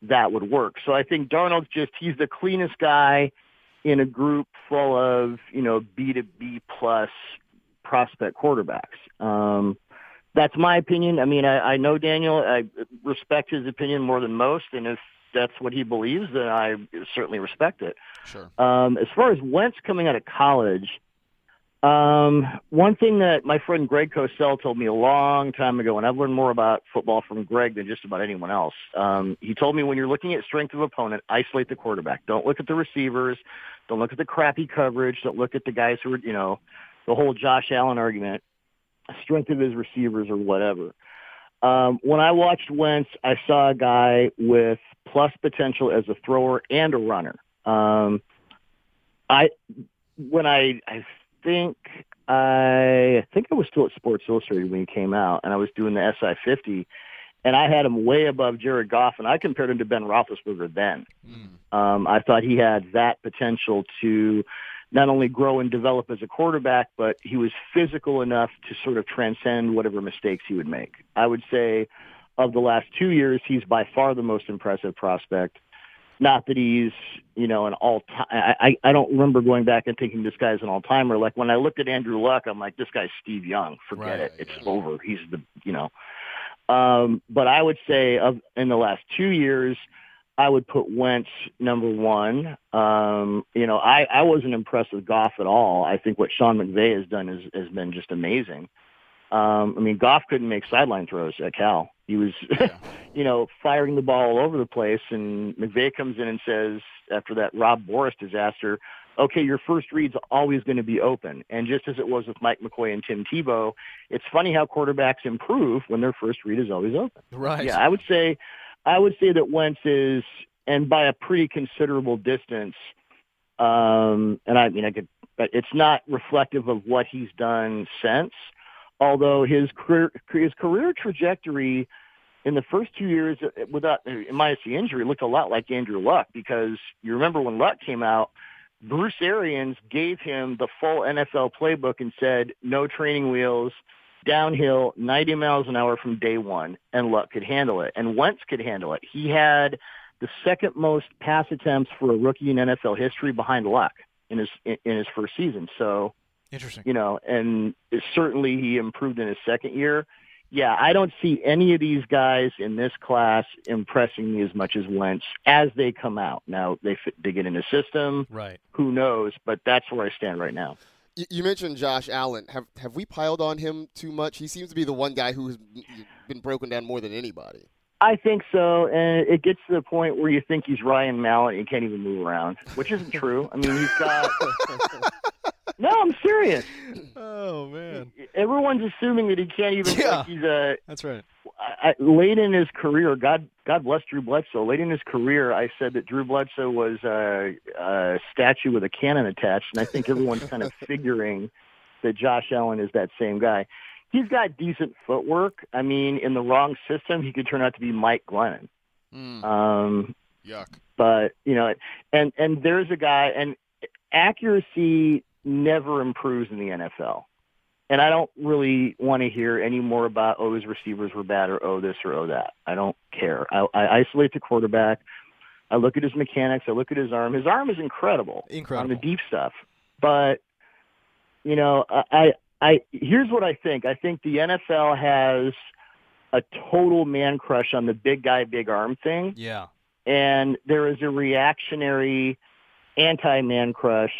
that would work. So I think Darnold's just he's the cleanest guy in a group full of you know B to B plus prospect quarterbacks. Um, that's my opinion. I mean, I, I know Daniel. I respect his opinion more than most, and if that's what he believes, then I certainly respect it. Sure. Um, as far as Wentz coming out of college, um, one thing that my friend Greg Cosell told me a long time ago, and I've learned more about football from Greg than just about anyone else. Um, he told me when you're looking at strength of opponent, isolate the quarterback. Don't look at the receivers. Don't look at the crappy coverage. Don't look at the guys who are, you know, the whole Josh Allen argument, strength of his receivers or whatever. Um, when I watched Wentz, I saw a guy with plus potential as a thrower and a runner. Um, I when I I think I, I think I was still at Sports Illustrated when he came out, and I was doing the SI fifty, and I had him way above Jared Goff, and I compared him to Ben Roethlisberger then. Um, I thought he had that potential to not only grow and develop as a quarterback, but he was physical enough to sort of transcend whatever mistakes he would make. I would say of the last two years, he's by far the most impressive prospect. Not that he's, you know, an all time. I, I I don't remember going back and thinking this guy's an all timer. Like when I looked at Andrew Luck, I'm like, this guy's Steve Young. Forget Right, it. It's yeah. over. He's the, you know. Um, but I would say of in the last two years, I would put Wentz number one. Um, you know, I, I wasn't impressed with Goff at all. I think what Sean McVay has done is, has been just amazing. Um, I mean, Goff couldn't make sideline throws at Cal. He was, (laughs) you know, firing the ball all over the place. And McVay comes in and says, after that Rob Boris disaster, okay, your first read's always going to be open. And just as it was with Mike McCoy and Tim Tebow, it's funny how quarterbacks improve when their first read is always open. Right. Yeah, I would say, I would say that Wentz is, and by a pretty considerable distance. Um, and I mean, I could, but it's not reflective of what he's done since. Although his career, his career trajectory in the first two years, uh, without uh, minus the injury, looked a lot like Andrew Luck because you remember when Luck came out. Bruce Arians gave him the full NFL playbook and said, "No training wheels, downhill 90 miles an hour from day one, and Luck could handle it. And Wentz could handle it. He had the second most pass attempts for a rookie in NFL history behind Luck in his in, in his first season. So Interesting. you know, and certainly he improved in his second year. Yeah, I don't see any of these guys in this class impressing me as much as Wentz as they come out. Now they fit, they get in a system. Right. Who knows? But that's where I stand right now. You, you mentioned Josh Allen. Have have we piled on him too much? He seems to be the one guy who has been broken down more than anybody. I think so, and it gets to the point where you think he's Ryan Mallett and he can't even move around, which isn't true. I mean, he's got. no, I'm serious. Oh Mm. man, Everyone's assuming that he can't even. Yeah. Like he's a that's right. I, I- late in his career, God, God bless Drew Bledsoe. Late in his career, I said that Drew Bledsoe was a, a statue with a cannon attached, and I think everyone's kind of figuring that Josh Allen is that same guy. He's got decent footwork. I mean, in the wrong system, he could turn out to be Mike Glennon. Mm, Um, yuck. but you know, and and there's a guy, and accuracy never improves in the NFL. And I don't really want to hear any more about oh his receivers were bad or oh this or oh that. I don't care. I, I isolate the quarterback. I look at his mechanics. I look at his arm. His arm is incredible Incredible. on the deep stuff. But you know, I, I I here's what I think. I think the NFL has a total man crush on the big guy, big arm thing yeah. and there is a reactionary anti-man crush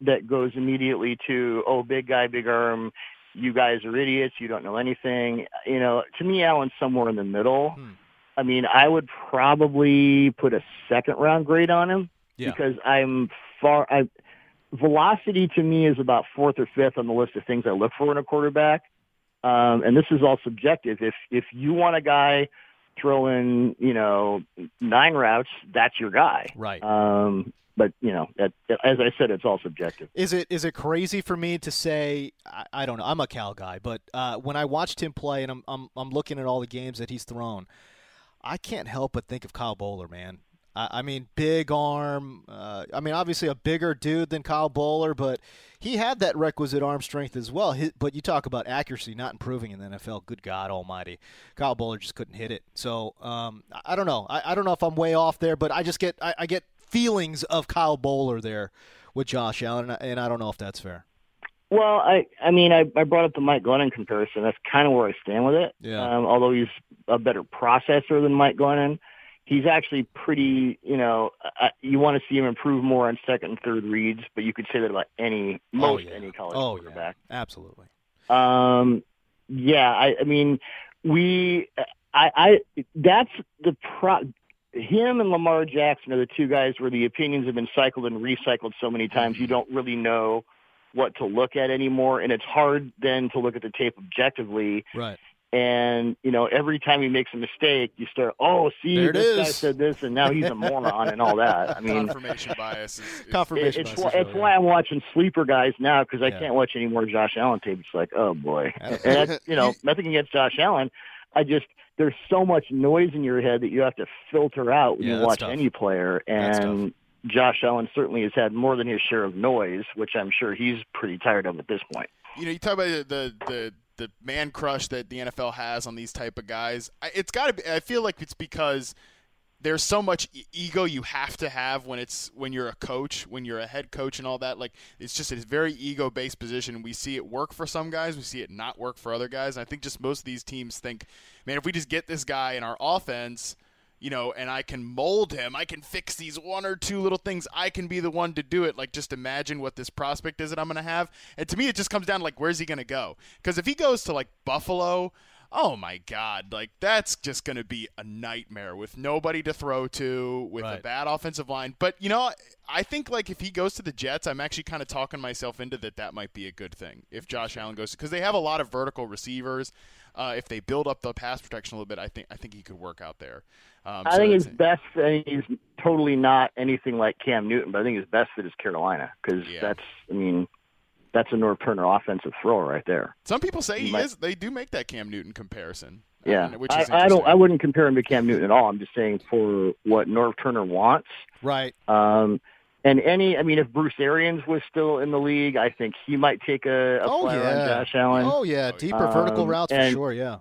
that goes immediately to oh big guy big arm you guys are idiots you don't know anything you know to me alan's somewhere in the middle Hmm. i mean i would probably put a second round grade on him Yeah. because i'm far i velocity to me is about fourth or fifth on the list of things i look for in a quarterback um, and this is all subjective if if you want a guy throwing you know nine routes that's your guy Right. um, but you know, that, as I said, it's all subjective. Is it is it crazy for me to say I, I don't know I'm a Cal guy, but uh, when I watched him play and I'm, I'm I'm looking at all the games that he's thrown, I can't help but think of Kyle Bowler, man. I, I mean, big arm. Uh, I mean, obviously a bigger dude than Kyle Bowler, but he had that requisite arm strength as well. Hi but you talk about accuracy not improving in the NFL. Good God Almighty, Kyle Bowler just couldn't hit it. So um, I- I don't know. I, I don't know if I'm way off there, but I just get I, I get feelings of Kyle Bowler there with Josh Allen, and I, and I don't know if that's fair. Well, I, I mean, I, I brought up the Mike Glennon comparison. That's kind of where I stand with it. Yeah. Um, although he's a better processor than Mike Glennon, he's actually pretty. You know, I, you want to see him improve more on second and third reads, but you could say that about any most yeah. any college Oh yeah, quarterback. absolutely. Um, yeah, I, I mean, we, I, I, that's the pro. Him and Lamar Jackson are the two guys where the opinions have been cycled and recycled so many times you don't really know what to look at anymore, and it's hard then to look at the tape objectively. (laughs) Right. And you know, every time he makes a mistake, you start, oh, see, There it this guy is. said this, and now he's a moron and all that. I (laughs) mean, (laughs) Confirmation bias. Is, is- it- Confirmation. it's bias why, is it's really- why I'm watching sleeper guys now because I Yeah. can't watch any more Josh Allen tape. It's like, oh boy, Yeah. and that's, you know, nothing against Josh Allen. I just there's so much noise in your head that you have to filter out when Yeah, you that's watch tough. any player. That's And Josh Allen certainly has had more than his share of noise, which I'm sure he's pretty tired of at this point. you know, you talk about the the, the the man crush that the NFL has on these type of guys. I, it's got to be. I feel like it's because there's so much e- ego you have to have when it's when you're a coach, when you're a head coach, and all that. Like it's just a very ego based position. We see it work for some guys, we see it not work for other guys. And I think just most of these teams think, man, if we just get this guy in our offense. You know, and I can mold him. I can fix these one or two little things. I can be the one to do it. Like, just imagine what this prospect is that I'm going to have. And to me, it just comes down to like, where's he going to go? Because if he goes to like Buffalo, oh my god like that's just going to be a nightmare with nobody to throw to with Right. a bad offensive line but you know i think like if he goes to the jets i'm actually kind of talking myself into that that might be a good thing if josh allen goes because they have a lot of vertical receivers uh, if they build up the pass protection a little bit i think i think he could work out there um, I so think that's his best, and he's totally not anything like Cam Newton, but I think his best fit is Carolina because Yeah. that's, I mean, that's a North Turner offensive thrower right there. some people say he might- is they do make that cam newton comparison Yeah, uh, which I, is I don't. interesting. I wouldn't compare him to Cam Newton at all. I'm just saying for what Norv Turner wants, Right. um, And any, I mean, if Bruce Arians was still in the league, I think he might take a, a Oh, flyer yeah. on Josh Allen. Oh yeah, deeper Um, vertical routes for and- sure. Yeah.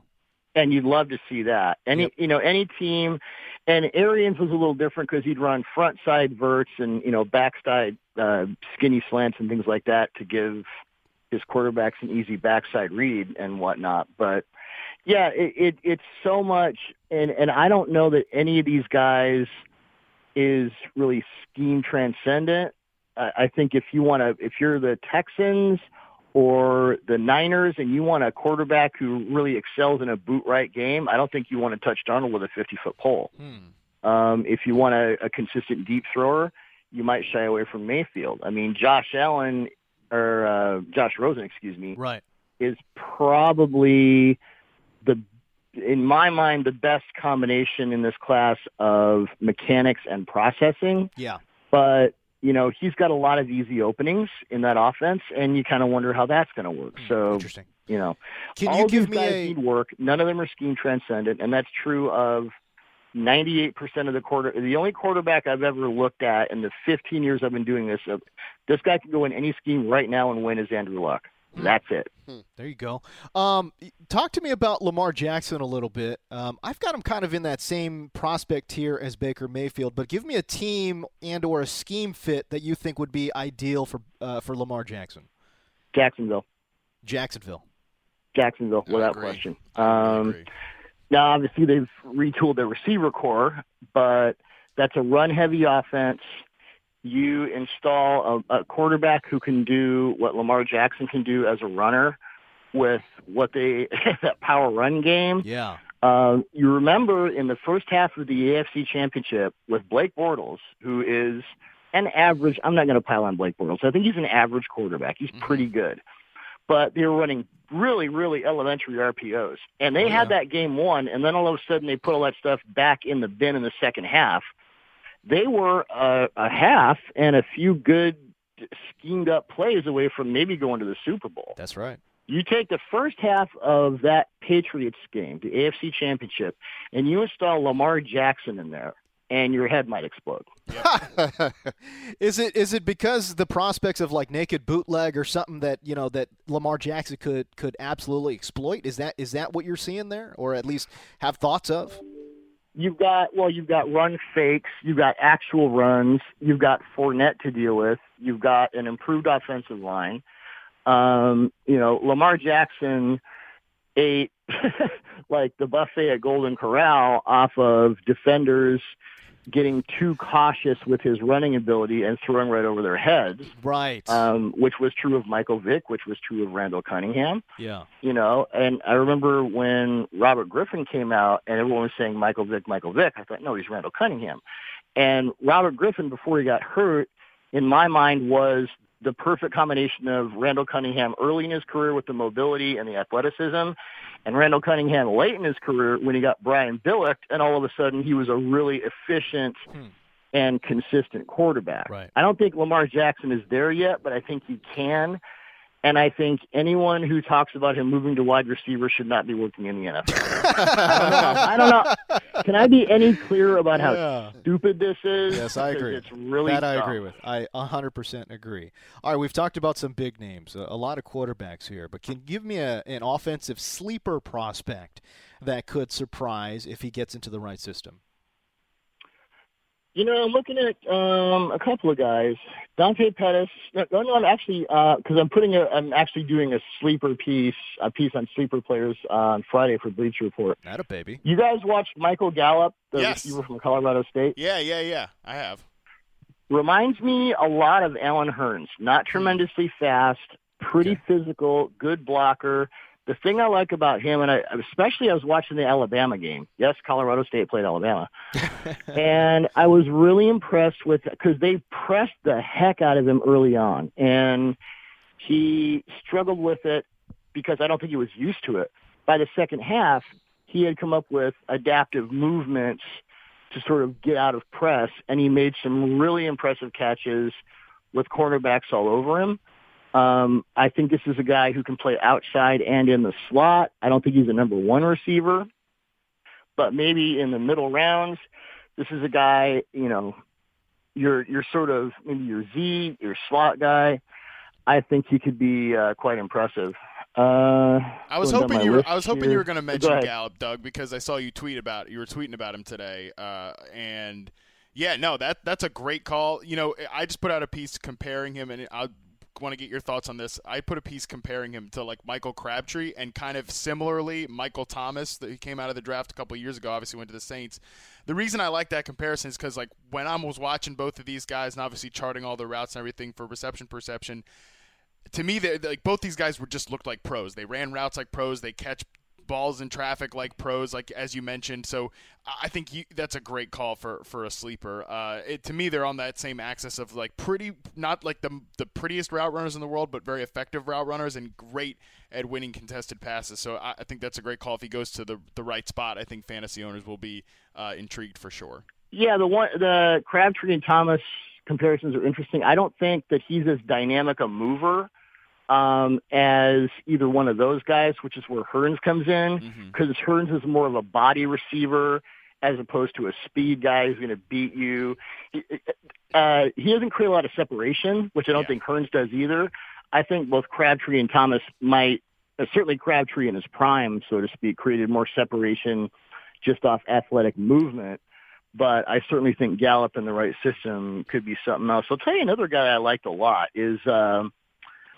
and you'd love to see that. Any Yep. you know any team, and Arians was a little different because he'd run front side verts and you know backside uh, skinny slants and things like that to give his quarterbacks an easy backside read and whatnot. But yeah, it, it it's so much, and and I don't know that any of these guys is really scheme transcendent. I, I think if you want to, if you're the Texans or the Niners and you want a quarterback who really excels in a boot right game, I don't think you want to touch Darnold with a 50 foot pole. Hmm. Um, if you want a, a consistent deep thrower, you might shy away from Mayfield. I mean, Josh Allen or uh, Josh Rosen, excuse me, Right. is probably the in my mind the best combination in this class of mechanics and processing Yeah. but you know he's got a lot of easy openings in that offense and you kind of wonder how that's going to work so Hmm, Interesting. you know Can all you these give me guys a? need work none of them are scheme transcendent and that's true of 98% of the quarter the only quarterback I've ever looked at in the 15 years I've been doing this uh, this guy can go in any scheme right now and win is Andrew Luck Hmm. that's it There you go. Um, y- talk to me about Lamar Jackson a little bit. Um, I've got him kind of in that same prospect tier as Baker Mayfield, but give me a team and or a scheme fit that you think would be ideal for uh, for Lamar Jackson. Jacksonville Jacksonville. Jacksonville, I without agree. question. I Um, agree. now, obviously, they've retooled their receiver core, but that's a run-heavy offense. You install a, a quarterback who can do what Lamar Jackson can do as a runner with what they (laughs) that power run game. Yeah. Um, you remember in the first half of the AFC Championship with Blake Bortles, who is an average. I'm not going to pile on Blake Bortles. I think he's an average quarterback. Mm-hmm. He's pretty good, but they were running really, really elementary RPOs, and they Oh, had yeah. that game won. And then all of a sudden, they put all that stuff back in the bin in the second half. They were a, a half and a few good schemed up plays away from maybe going to the Super Bowl That's right. you take the first half of that Patriots game, the AFC Championship, and you install Lamar Jackson in there, and your head might explode. (laughs) is it is it because the prospects of like naked bootleg or something that you know that Lamar Jackson could could absolutely exploit? Is that is that what you're seeing there, or at least have thoughts of? You've got well, you've got run fakes, you've got actual runs, you've got Fournette to deal with, you've got an improved offensive line. Um, you know, Lamar Jackson ate (laughs) like the buffet at Golden Corral off of defenders getting too cautious with his running ability and throwing right over their heads. Right. um, which was true of Michael Vick, which was true of Randall Cunningham. yeah. You know, and I remember when Robert Griffin came out and everyone was saying Michael Vick, Michael Vick. I thought, no, he's Randall Cunningham. And Robert Griffin, before he got hurt, in my mind was the perfect combination of Randall Cunningham early in his career with the mobility and the athleticism, and Randall Cunningham late in his career when he got Brian Billick, and all of a sudden he was a really efficient Hmm. and consistent quarterback. Right. I don't think Lamar Jackson is there yet, but I think he can. And I think anyone who talks about him moving to wide receiver should not be working in the NFL. I don't know. I don't know. Can I be any clearer about how Yeah. stupid this is? Yes, I Because agree. It's really that I dumb. agree with. I 100% agree. All right, we've talked about some big names, a, a lot of quarterbacks here, but can you give me a, an offensive sleeper prospect that could surprise if he gets into the right system? You know, I'm looking at um, a couple of guys. Dante Pettis. No, no, no I'm actually because I'm putting a. I'm actually doing a sleeper piece, a piece on sleeper players on Friday for Bleacher Report. Not a baby. You guys watched Michael Gallup, the Yes. receiver from Colorado State. Yeah, yeah, yeah. I have. Reminds me a lot of Alan Hearns. Not tremendously fast, pretty Okay. physical, good blocker. The thing I like about him, and I, especially I was watching the Alabama game. Yes, Colorado State played Alabama, and I was really impressed with because they pressed the heck out of him early on, and he struggled with it because I don't think he was used to it. By the second half, he had come up with adaptive movements to sort of get out of press, and he made some really impressive catches with cornerbacks all over him. Um, I think this is a guy who can play outside and in the slot. I don't think he's a number one receiver, but maybe in the middle rounds, this is a guy, you know, your your sort of maybe your Z, your slot guy, I think he could be uh, quite impressive. Uh, I was going down hoping my you were. list I was hoping you here. were going to Go mention ahead. Gallup, Doug, because I saw you tweet about you were tweeting about him today. Uh, and yeah, no, that that's a great call. You know, I just put out a piece comparing him, and I want to get your thoughts on this. I put a piece comparing him to like Michael Crabtree, and kind of similarly Michael Thomas, that he came out of the draft a couple years ago. Obviously, went to the Saints. The reason I like that comparison is because like when I was watching both of these guys, and obviously charting all their routes and everything for reception perception to me, they like both these guys were just looked like pros. They ran routes like pros. They catch balls in traffic like pros, like as you mentioned. So I- I think you, that's a great call for for a sleeper. Uh, it, to me, they're on that same axis of like pretty, not like the the prettiest route runners in the world, but very effective route runners and great at winning contested passes. So I, I think that's a great call. If he goes to the the right spot, I think fantasy owners will be uh, intrigued for sure. Yeah, the one the Crabtree and Thomas comparisons are interesting. I don't think that he's as dynamic a mover um, as either one of those guys, which is where Hearns comes Mm-hmm. in, (laughs) because Hearns is more of a body receiver as opposed to a speed guy who's going to beat you. He, uh, he doesn't create a lot of separation, which I don't Yeah. think Hearns does either. I think both Crabtree and Thomas might, uh, certainly Crabtree in his prime, so to speak, created more separation just off athletic movement but I certainly think Gallup in the right system could be something else. I'll tell you another guy I liked a lot is. Um,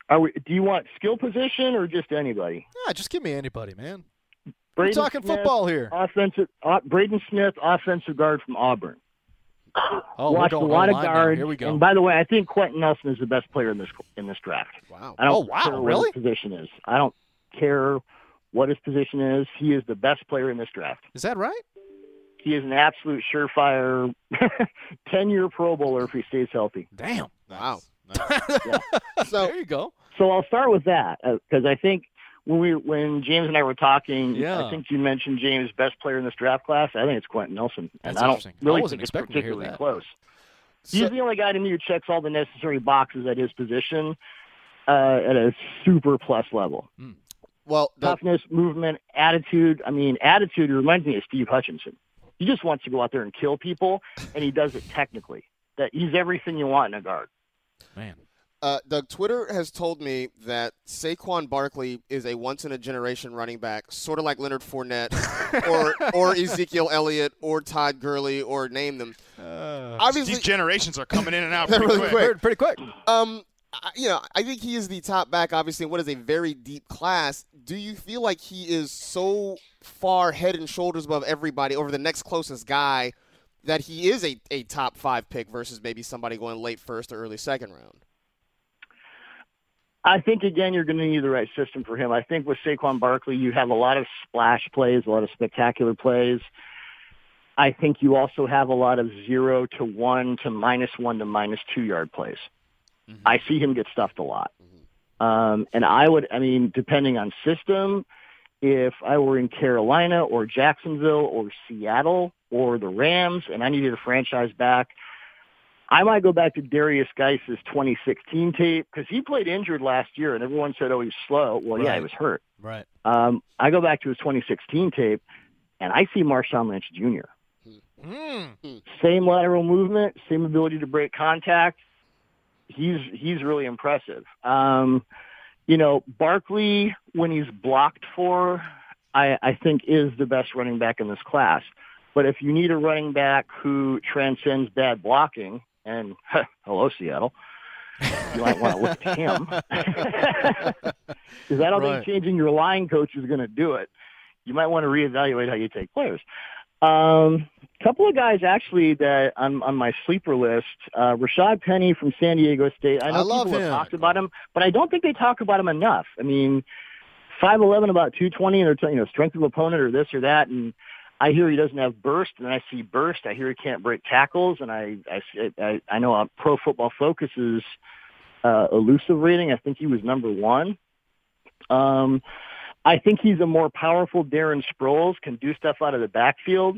are we, do you want skill position or just anybody? Nah, just give me anybody, man. We're Braden talking Smith, football here. Offensive, uh, Braden Smith, offensive guard from Auburn. Oh, we're Watched a going lot of O-line now. guards. Here we go. And by the way, I think Quentin Nelson is the best player in this in this draft. Wow. I don't Oh, wow, care what really? his position is. I don't care what his position is. He is the best player in this draft. Is that right? He is an absolute surefire (laughs) ten-year Pro Bowler if he stays healthy. Damn. Wow. (laughs) there So you go. So I'll start with that because I think when we when James and I were talking, Yeah. I think you mentioned James best player in this draft class. I think it's Quentin Nelson, and That's I don't interesting. I really wasn't think it's expecting to hear particularly that. close. He's so, the only guy to me who checks all the necessary boxes at his position uh, at a super plus level. well, the- Toughness, movement, attitude. I mean, attitude reminds me of Steve Hutchinson. He just wants to go out there and kill people, and he does it technically. That he's everything you want in a guard. Man. Uh, Doug, Twitter has told me that Saquon Barkley is a once in a generation running back, sort of like Leonard (laughs) Fournette or or Ezekiel Elliott or Todd Gurley or name them. Uh, Obviously, These generations are coming in and out They're pretty really quick. quick. Pretty quick. um, I- you know, I think he is the top back. Obviously, in what is a very deep class. Do you feel like he is so far head and shoulders above everybody over the next closest guy that he is a, a top five pick versus maybe somebody going late first or early second round? I think again you're going to need the right system for him. I think with Saquon Barkley, you have a lot of splash plays, a lot of spectacular plays. I think you also have a lot of zero to one to minus one to minus two yard plays. I see him get stuffed a lot, um, and I would, I mean, depending on system, if I were in Carolina or Jacksonville or Seattle or the Rams, and I needed a franchise back, I might go back to Darius Geis' 2016 tape because he played injured last year, and everyone said, "Oh, he's slow." Well, yeah, Right. he was hurt. Right. Um, I go back to his 2016 tape, and I see Marshawn Lynch Jr. Mm. Same lateral movement, same ability to break contact. He's he's really impressive. Um, you know, Barkley when he's blocked for, I, I think is the best running back in this class. But if you need a running back who transcends bad blocking, and (laughs) hello Seattle, you might want to look to him (laughs) because I don't Right. think changing your line coach is going to do it. You might want to reevaluate how you take players. Um, couple of guys actually that on on my sleeper list, uh, Rashad Penny from San Diego State. I know I love people him. have talked about him, but I don't think they talk about him enough. I mean, five eleven, about two twenty, and they're telling you know strength of opponent or this or that, and I hear he doesn't have burst, and I see burst. I hear he can't break tackles, and I I see- I, I know on Pro Football Focus's uh, elusive rating, I think he was number one. Um, I think he's a more powerful Darren Sproles, can do stuff out of the backfield.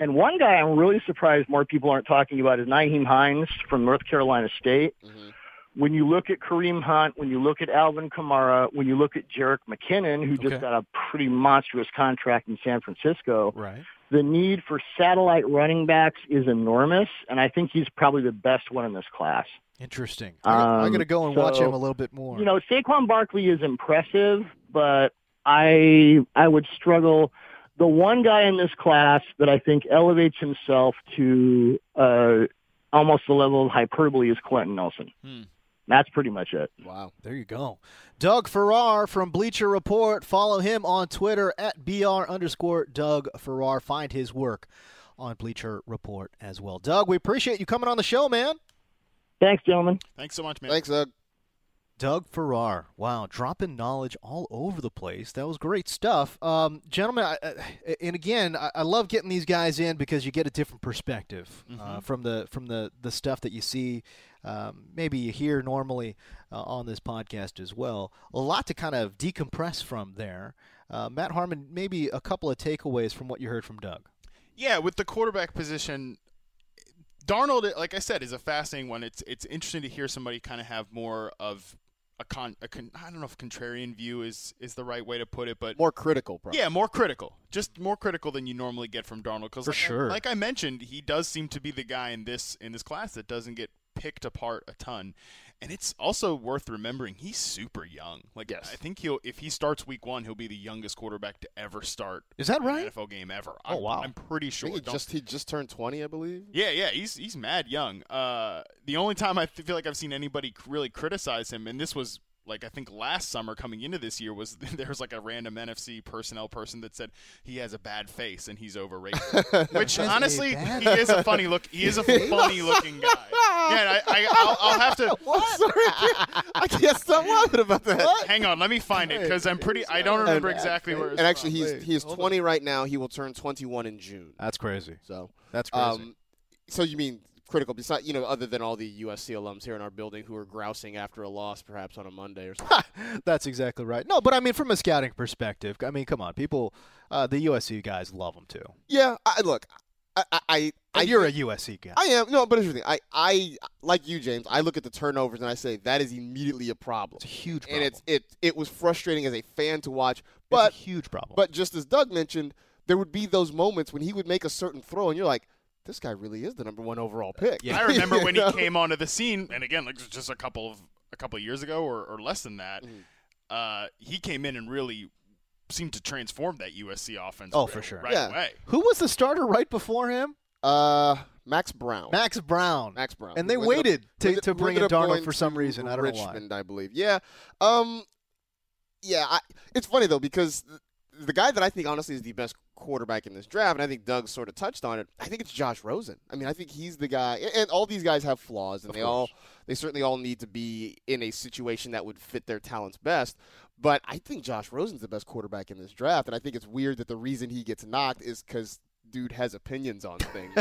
And one guy I'm really surprised more people aren't talking about is Naheem Hines from North Carolina State. When you look at Kareem Hunt, when you look at Alvin Kamara, when you look at Jarek McKinnon, who Okay. just got a pretty monstrous contract in San Francisco, Right. the need for satellite running backs is enormous, and I think he's probably the best one in this class. Interesting. I- I'm Um, going to go and watch so, him a little bit more. You know, Saquon Barkley is impressive, but I I would struggle. The one guy in this class that I think elevates himself to uh, almost the level of hyperbole is Quentin Nelson. Hmm. That's pretty much it. Wow. There you go. Doug Farrar from Bleacher Report. Follow him on Twitter at BR underscore Doug Farrar. Find his work on Bleacher Report as well. Doug, we appreciate you coming on the show, man. Thanks, gentlemen. Thanks so much, man. Thanks, Doug. Doug Farrar. Wow, dropping knowledge all over the place. That was great stuff. Um, gentlemen, I, I, and again, I, I love getting these guys in because you get a different perspective uh, from the from the, the stuff that you see, um, maybe you hear normally uh, on this podcast as well. A lot to kind of decompress from there. Uh, Matt Harmon, maybe a couple of takeaways from what you heard from Doug. Yeah, with the quarterback position, Darnold, like I said, is a fascinating one. It's it's interesting to hear somebody kind of have more of a con, a con. I don't know if contrarian view is is the right way to put it, but More critical, probably. yeah, more critical, just more critical than you normally get from Darnold. Because For like, sure. like I mentioned, he does seem to be the guy in this in this class that doesn't get picked apart a ton. And it's also worth remembering he's super young. Like Yes. I think he'll if he starts week one, he'll be the youngest quarterback to ever start Is that an right? NFL game ever. Oh, I'm, wow. I'm pretty I sure. think he Don't- just he just turned twenty, I believe. yeah, yeah, he's he's mad young. Uh, the only time I feel like I've seen anybody c- really criticize him, and this was like I think last summer coming into this year, was (laughs) there was like a random NFC personnel person that said he has a bad face and he's (laughs) overrated. Which Has a honestly, bad- he is a funny look. He (laughs) is a funny looking guy. Yeah, and I, I I'll, I'll have (laughs) to. I can't stop laughing about that. Hang on, let me find it because I'm pretty. I don't remember exactly where. It's And actually, from. he's he is twenty right now. He will turn twenty-one in June. (laughs) Uh, That's crazy. So, That's um, so you mean critical? It's not you know other than all the USC alums here in our building who are grousing after a loss, perhaps on a Monday or something. (laughs) That's exactly right. No, but I mean, from a scouting perspective, I mean, come on, people, uh, the USC guys love him too. (laughs) yeah, I, look, I I, I, I And you're a USC guy. I am no, but here's the thing. I, I like you, James. I look at the turnovers and I say that is immediately a problem. it's a huge problem. and it's it it was frustrating as a fan to watch, It's but a huge problem. But just as Doug mentioned, there would be those moments when he would make a certain throw, and you're like, "This guy really is the number one overall pick." (laughs) Yeah. I remember when You he know? came onto the scene, and again, like just a couple of a couple of years ago or, or less than that, Mhm. uh, he came in and really seemed to transform that USC offense. Oh, right- for sure. right Yeah. away. who was the starter right before him? Uh, Max Brown. Max Brown. Max Brown. And they Who ended up- waited to, ended- to who bring in ended up Darnold going for some to reason. I don't know Richmond, I believe. Yeah. Um, yeah. I, it's funny though because th- the guy that I think honestly is the best quarterback in this draft, and I think Doug sort of touched on it. I think it's Josh Rosen. I mean, I think he's the guy, and, and all these guys have flaws, and Of they course. all they certainly all need to be in a situation that would fit their talents best. But I think Josh Rosen's the best quarterback in this draft, and I think it's weird that the reason he gets knocked is because dude has opinions on things.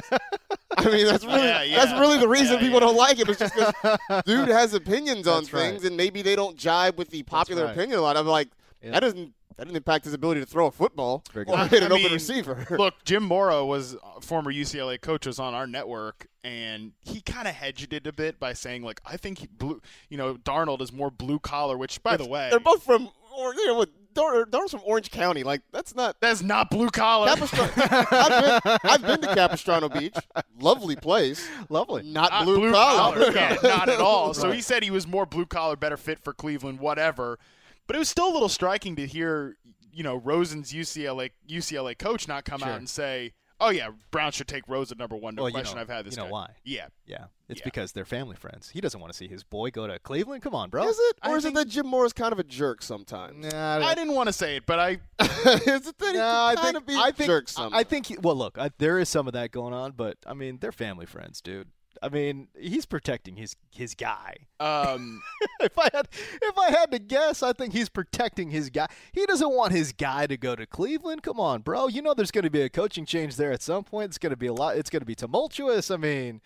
I mean, that's really Yeah, yeah. that's really the reason Yeah, people yeah. don't like him. It's just because (laughs) why. dude has opinions on That's right. things, and maybe they don't jibe with the popular right. opinion a lot. I'm like, Yeah. that doesn't that doesn't impact his ability to throw a football Very good. or Well, hit I an open mean, receiver. Look, Jim Mora was a former UCLA coach was on our network, and he kind of hedged it a bit by saying like, I think he blue, you know, Darnold is more blue collar. Which, (laughs) by the way, they're both from or you know, what, Dar- Darnold's from Orange County. Like that's not. that's not blue collar. Capistrano. I've, been, I've been to Capistrano Beach. Lovely place. Lovely. Not, Not blue, collar. (laughs) yeah, not at all. So he said he was more blue collar, better fit for Cleveland, whatever. But it was still a little striking to hear, you know, Rosen's UCLA UCLA coach not come Sure. out and say, "Oh yeah, Brown should take Rosen number one." No Well, you question, know- I've had this. you know guy. why. Yeah, Yeah, it's Yeah. because they're family friends. He doesn't want to see his boy go to Cleveland. Come on, bro. Is it? Or I is it think- that Jim Moore is kind of a jerk sometimes? Nah, I don't- I didn't want to say it, but I (laughs) is it that he No, I can kind think of be I a think jerk I- sometimes? I think he- well, look, I, there is some of that going on, but I mean, they're family friends, dude. I mean, he's protecting his his guy. (laughs) um, if I had if I had to guess, I think he's protecting his guy. He doesn't want his guy to go to Cleveland. Come on, bro. You know there's going to be a coaching change there at some point. It's going to be a lot. It's going to be tumultuous. I mean,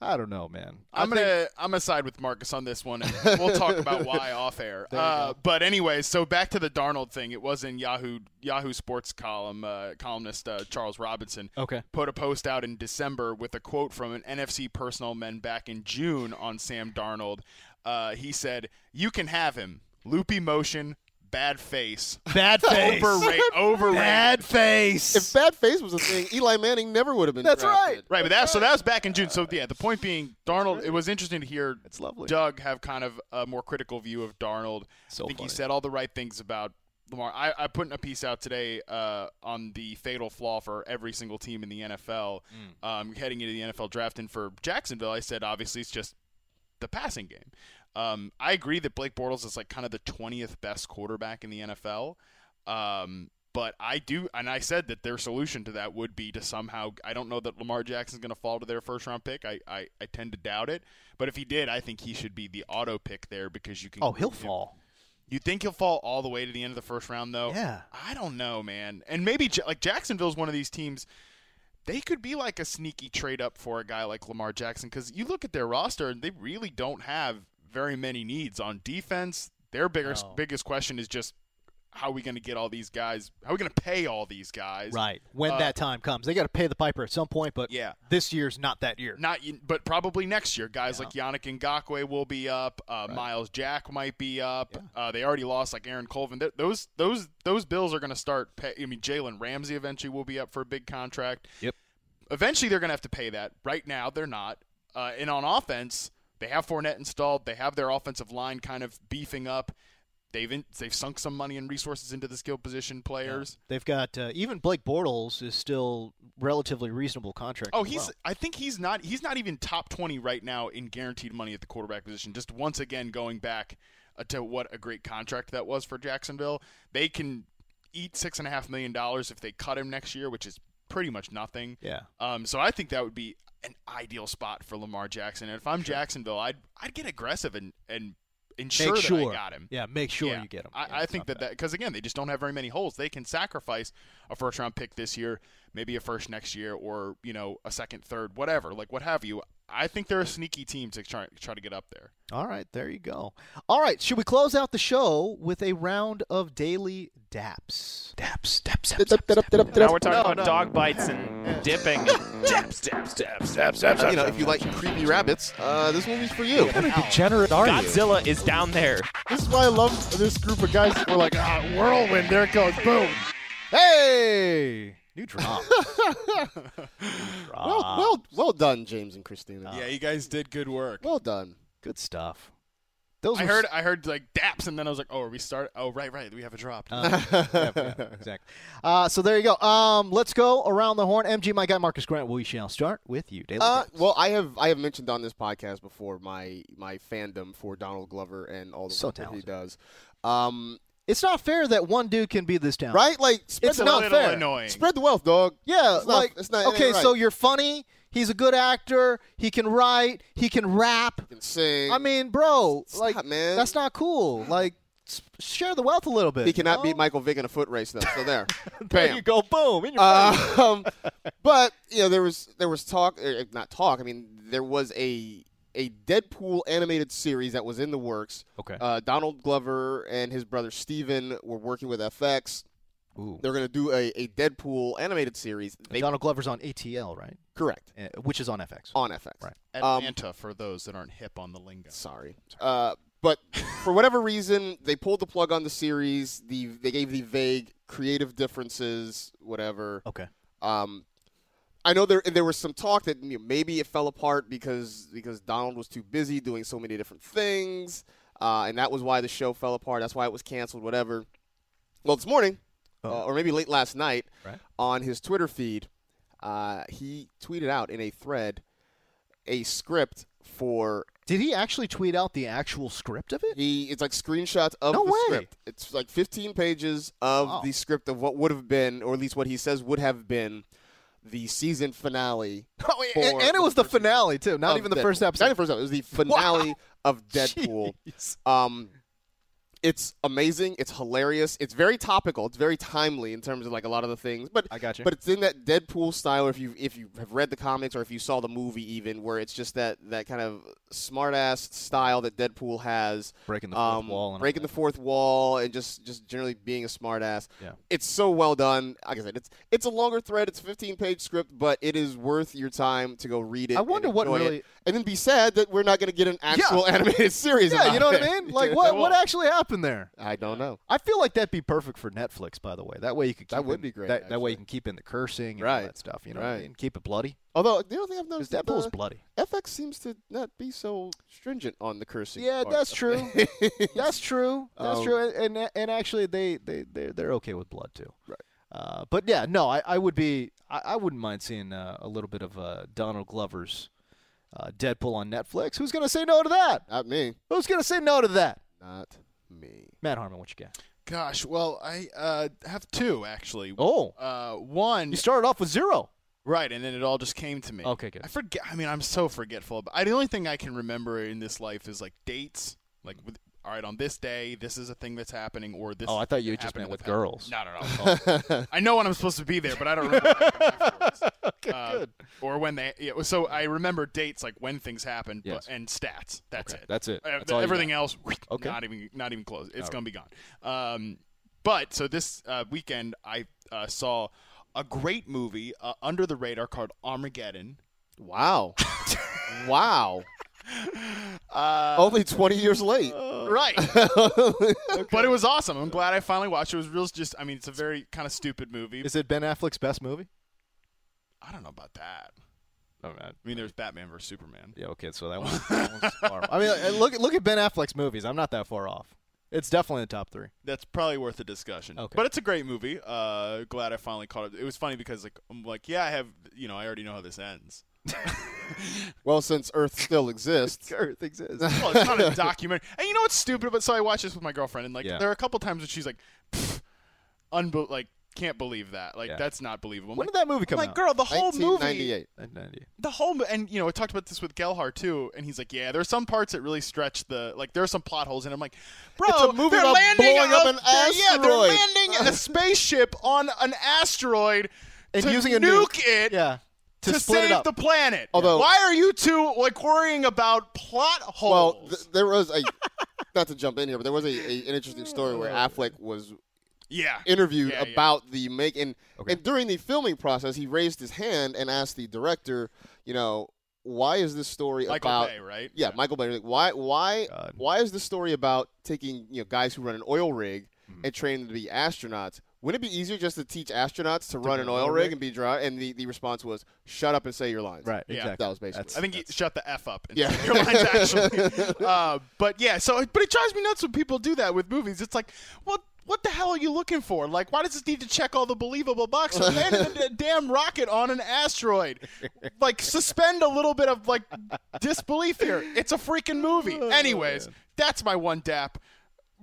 I don't know, man. I I'm think- gonna I'm gonna side with Marcus on this one. And we'll talk about (laughs) why off air. Uh, but anyway, so back to the Darnold thing. It was in Yahoo Yahoo Sports column uh, columnist uh, Charles Robinson. Okay. put a post out in December with a quote from an NFC personnel man back in June on Sam Darnold. Uh, he said, "You can have him. Loopy motion, bad face. (laughs) Bad face. (laughs) Overrate. Overrated. Bad face. If bad face was a thing, Eli Manning never would have been. That's drafted. right. Right, but that so that was back in June. So yeah, the point being, Darnold. It was interesting to hear It's lovely. Doug have kind of a more critical view of Darnold. So I think funny. he said all the right things about Lamar. I, I put in a piece out today uh, on the fatal flaw for every single team in the NFL Mm. um, heading into the NFL draft. And for Jacksonville, I said obviously it's just the passing game. Um, I agree that Blake Bortles is like kind of the twentieth best quarterback in the NFL. Um, but I do, and I said that their solution to that would be to somehow. I don't know that Lamar Jackson's going to fall to their first round pick. I, I, I tend to doubt it. But if he did, I think he should be the auto pick there because you can. Oh, he'll you- fall. You think he'll fall all the way to the end of the first round, though? Yeah. I don't know, man. And maybe Ja- like Jacksonville's one of these teams. They could be like a sneaky trade up for a guy like Lamar Jackson because you look at their roster and they really don't have very many needs on defense. Their bigger No. biggest question is just how are we going to get all these guys? How are we going to pay all these guys? Right. When Uh, that time comes, they got to pay the piper at some point. But Yeah. this year's not that year. Not, y- but probably next year. Guys like Yannick Ngakwe will be up. Uh, Miles Jack might be up. Uh, they already lost like Aaron Colvin. Th- those those those bills are going to start. Pay- I mean, Jalen Ramsey eventually will be up for a big contract. Yep. Eventually, they're going to have to pay that. Right now, they're not. Uh, and on offense, they have Fournette installed. They have their offensive line kind of beefing up. They've in- they've sunk some money and resources into the skill position players. They've got uh, even Blake Bortles is still relatively reasonable contract. Oh, as he's. well. I think he's not. He's not even top twenty right now in guaranteed money at the quarterback position. Just once again going back uh, to what a great contract that was for Jacksonville. They can eat six and a half million dollars if they cut him next year, which is pretty much nothing. yeah. Um, so I think that would be an ideal spot for Lamar Jackson. And if I'm Jacksonville, I'd I'd get aggressive and and ensure make sure that I got him. Yeah, make sure Yeah. you get him. I, Yeah, I it's think not that bad. that because again, they just don't have very many holes. They can sacrifice a first round pick this year, maybe a first next year, or you know a second, third, whatever, like what have you. I think they're a sneaky team to try try to get up there. All right, there you go. All right, should we close out the show with a round of daily daps? Daps, daps, daps. Now Now we're talking about dog bites (laughs) and (laughs) dipping. and- Uh, You know, if you like creepy rabbits, uh, this movie's for you. Degenerate are Godzilla is down there. (laughs) This is why I love this group of guys. We're like, ah, whirlwind. There it goes. Boom. Hey. New (laughs) drop. Well, well, well done, James and Christina. (laughs) you guys did good work. Well done. Good stuff. Those I were (laughs) heard I heard like daps, and then I was like, oh, are we start. Oh, right, right, we have a drop. Uh, (laughs) yeah, yeah, exactly. Uh, so there you go. Um, let's go around the horn. MG, my guy, Marcus Grant. We shall start with you. Daily Uh, Daps. well, I have I have mentioned on this podcast before my my fandom for Donald Glover and all the So work that he talented. does. Um, it's not fair that one dude can be this down. right? Like spread It's the not wealth. little fair. annoying. Spread the wealth, dog. Yeah, It's not- like it's not- it okay, ain't so right. you're funny. He's a good actor. He can write. He can rap. You can sing. I mean, bro, Stop, like man. that's not cool. Like s- share the wealth a little bit. he cannot you beat know? Michael Vick in a foot race though. So there. (laughs) There Bam. you go, boom. In your (laughs) face. um, but you know there was there was talk er, not talk I mean there was a a Deadpool animated series that was in the works. Okay. Uh, Donald Glover and his brother Steven were working with FX. Ooh. They're going to do a, a Deadpool animated series. They Donald Glover's on ATL, right? correct Eh, Which is on FX. on FX. Right. Um, Atlanta for those that aren't hip on the lingo. Sorry. Uh, but for whatever reason, they pulled the plug on the series. The they gave the vague creative differences, whatever. Okay. Um, I know there there was some talk that you know, maybe it fell apart because because Donald was too busy doing so many different things, uh, and that was why the show fell apart. That's why it was canceled. Whatever. Well, this morning, uh, or maybe late last night, Oh. Right. on his Twitter feed, uh, he tweeted out in a thread a script for Did he actually tweet out the actual script of it? he it's like screenshots of No the way. script. It's like 15 pages of Wow. the script of what would have been, or at least what he says would have been, the season finale. (laughs) Oh, and- and it was the finale, too. of Deadpool. Not even the first episode. It was the (laughs) finale (laughs) of (laughs) Deadpool. Um, it's amazing. It's hilarious. It's very topical. It's very timely in terms of like a lot of the things. But I got you. But it's in that Deadpool style. If you if you have read the comics or if you saw the movie, even where it's just that that kind of smart ass style that Deadpool has Breaking the fourth wall and all Um, breaking that. the fourth wall, and just just generally being a smart ass. Yeah. It's so well done. Like I said, it's it's a longer thread. It's a 15 page script, but it is worth your time to go read it. I wonder and what enjoy it, really- and then be sad that we're not going to get an actual (laughs) animated series. Yeah, about you know what (laughs) it. I mean? Like, what, what actually happened there? I don't know. I feel like that'd be perfect for Netflix, by the way. That way you could keep That would in- be great, That, that way actually. you can keep in the cursing and all Right. that stuff. You know, what I Right. mean? keep it bloody. Although the other thing I've noticed Because that Deadpool's uh, bloody. FX seems to not be so stringent on the cursing. Yeah, part. that's true. That's true. That's Um, true. And, and and actually, they they they're, they're okay with blood too. Right. Uh, but yeah, no, I, I would be I, I wouldn't mind seeing uh, a little bit of uh, Donald Glover's uh, Deadpool on Netflix. Who's gonna say no to that? (laughs) not me. Who's gonna say no to that? Not me. Matt Harmon, what you got? Gosh, well, I uh, have two actually. Oh, Uh, one you started off with zero. Right, and then it all just came to me. Okay, good. I forget. I mean, I'm so forgetful. But I, the only thing I can remember in this life is like dates. Like, with, all right, on this day, this is a thing that's happening, or this. Oh, I thought you is just happening meant with that's happening. girls. No, no, no. (laughs) I know when I'm supposed to be there, but I don't remember. what happened afterwards. Okay, Uh, Or when they. Yeah, so I remember dates, like when things happened, Yes. but, and stats. That's it. That's it. Uh, That's all you everything got. else, (laughs) Okay. not even not even close. It's All gonna be gone. Um, but so this uh, weekend, I uh, saw a great movie uh, under the radar called Armageddon. Wow. wow. (laughs) Uh, Only 20 years late. (laughs) right, but it was awesome. I'm glad I finally watched it. It was real. Just, I mean, it's a very kind of stupid movie. Is it Ben Affleck's best movie? I don't know about that. Oh man. I mean, there's Batman versus Superman. Yeah. Okay. So that one's, that (laughs) one's far. I mean, uh, look look at Ben Affleck's movies. I'm not that far off. It's definitely in the top (laughs) three. That's probably worth a discussion. Okay. But it's a great movie. Uh, glad I finally caught it. It was funny because like I'm like, yeah, I have, you know, I already know how this (laughs) ends. Well, since Earth still exists. Earth (laughs) exists. well, it's not a documentary. And you know what's stupid? But so I watched this with my girlfriend, and like Yeah. there are a couple times when she's like, "Pfft, unbe- like can't believe that. Like Yeah. that's not believable. I'm When like, did that movie come I'm like, out? girl, the whole movie, 1998. the whole, mo- and you know, I talked about this with Gelhard too, and he's like, yeah, there's some parts that really stretch the, like, there are some plot holes, and I'm like, bro, It's a movie they're about landing blowing up a- an they're- yeah, they're asteroid. (laughs) landing a spaceship on an asteroid And to using a nuke, nuke. it, Yeah. to, split save it up. the planet. Although- why are you two like worrying about plot holes? Well, th- there was a. Not to jump in here, but there was a, a an interesting story where Affleck was (laughs) yeah, interviewed Oh, Yeah, yeah. about the make and and during the filming process, he raised his hand and asked the director, you know, why is this story Michael about? Bay, right? Yeah, Michael Bay. Like, why, why, God. why is this story about taking you know guys who run an oil rig and training them to be astronauts? Wouldn't it be easier just to teach astronauts to, run an oil rig, and be dry? And the, the response was, "Shut up and say your lines." Right. Yeah. Exactly. That was basically. I think he shut the f up. And Yeah. yeah, your lines (laughs) (laughs) actually. uh, but yeah, so but it drives me nuts when people do that with movies. It's like, what what the hell are you looking for? Like, why does this need to check all the believable boxes? (laughs) Land a d- damn rocket on an asteroid. Like, suspend a little bit of like disbelief here. It's a freaking movie. Oh, Anyways, that's my one dap.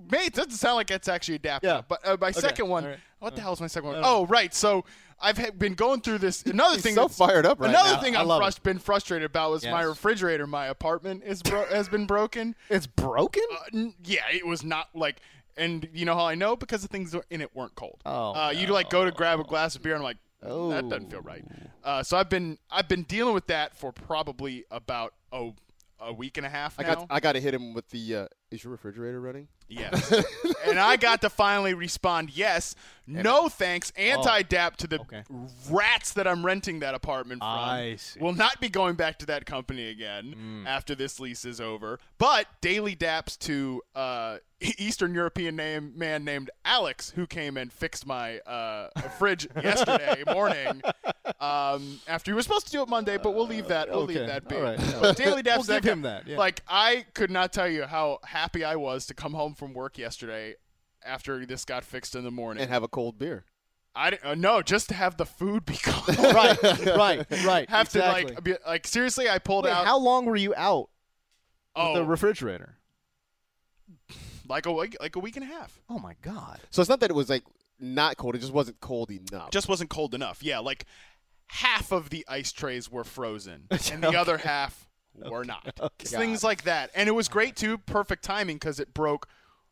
Mate, it doesn't sound like that's actually a dap. Yeah. But uh, my second one. What Uh, the hell is my second one? Oh, right. So I've ha- been going through this. Another He's thing. so that's- fired up right Another now. thing I I've love it. frust- been frustrated about was my Yes. refrigerator, in my apartment is bro- has been broken. It's broken. Uh, n- yeah, it was not like, and you know how I know because the things in it weren't cold. Oh, uh, you like go to grab a glass of beer, and I'm like, that doesn't feel right. Uh, so I've been I've been dealing with that for probably about oh a week and a half I now. got I got to hit him with the. Uh, is your refrigerator running? Yes. and I got to finally respond yes, no thanks, anti dap to the Oh, okay. rats that I'm renting that apartment from. I see. Mm. Will not be going back to that company again after this lease is over. But daily daps to uh, (laughs) Eastern European name man named Alex who came and fixed my uh, (laughs) fridge yesterday morning. Um, after he was supposed to do it Monday, but we'll leave that. We'll okay. leave that be. All right. But daily daps We'll to that give him guy- that, yeah. Like like I could not tell you how happy I was to come home from work yesterday after this got fixed in the morning. And have a cold beer. I didn't, uh, no, just to have the food be (laughs) cold. (laughs) (laughs) right. Right. Right. have exactly. to like be, like seriously, I pulled Wait, out how long were you out oh with the refrigerator? like a week, like a week and a half. Oh my god. So it's not that it was like not cold; it just wasn't cold Oh. enough. Just wasn't cold enough. Yeah, like half of the ice trays were (laughs) frozen, and the other half were not. It's Things like that, and it was great too. Perfect timing because it broke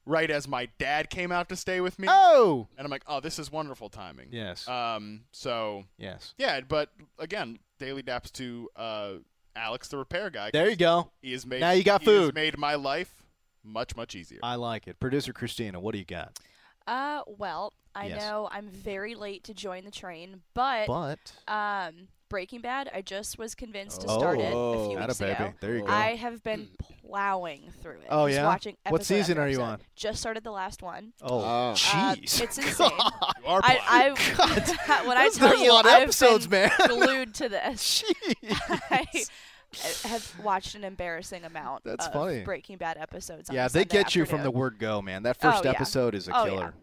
right as my dad came out to stay with me. Oh. And I'm like, oh, this is wonderful timing. Yes. Um. So yes. yeah, but again, daily daps to uh, Alex, the repair guy. There you go. He has made. Now you got he has food. made my life much much easier. I like it. Producer Christina, what do you got? Uh, well, I Yes. know I'm very late to join the train, but, But um, Breaking Bad, I just was convinced to start it a few atta weeks ago. baby. There you go. I have been plowing through it. Oh, just yeah? Watching What episode season after are you episode. on? Just started the last one. Oh, Oh. Uh, jeez. (laughs) it's insane. You are blind. I, I (laughs) when I There's tell been a you, lot of I've episodes, been man. (laughs) glued to this. (laughs) I I have watched an embarrassing amount. That's of funny. Breaking Bad episodes. on yeah, a they Sunday get you from the afternoon. word go, man. That Oh, first yeah. episode is a Oh, yeah. killer.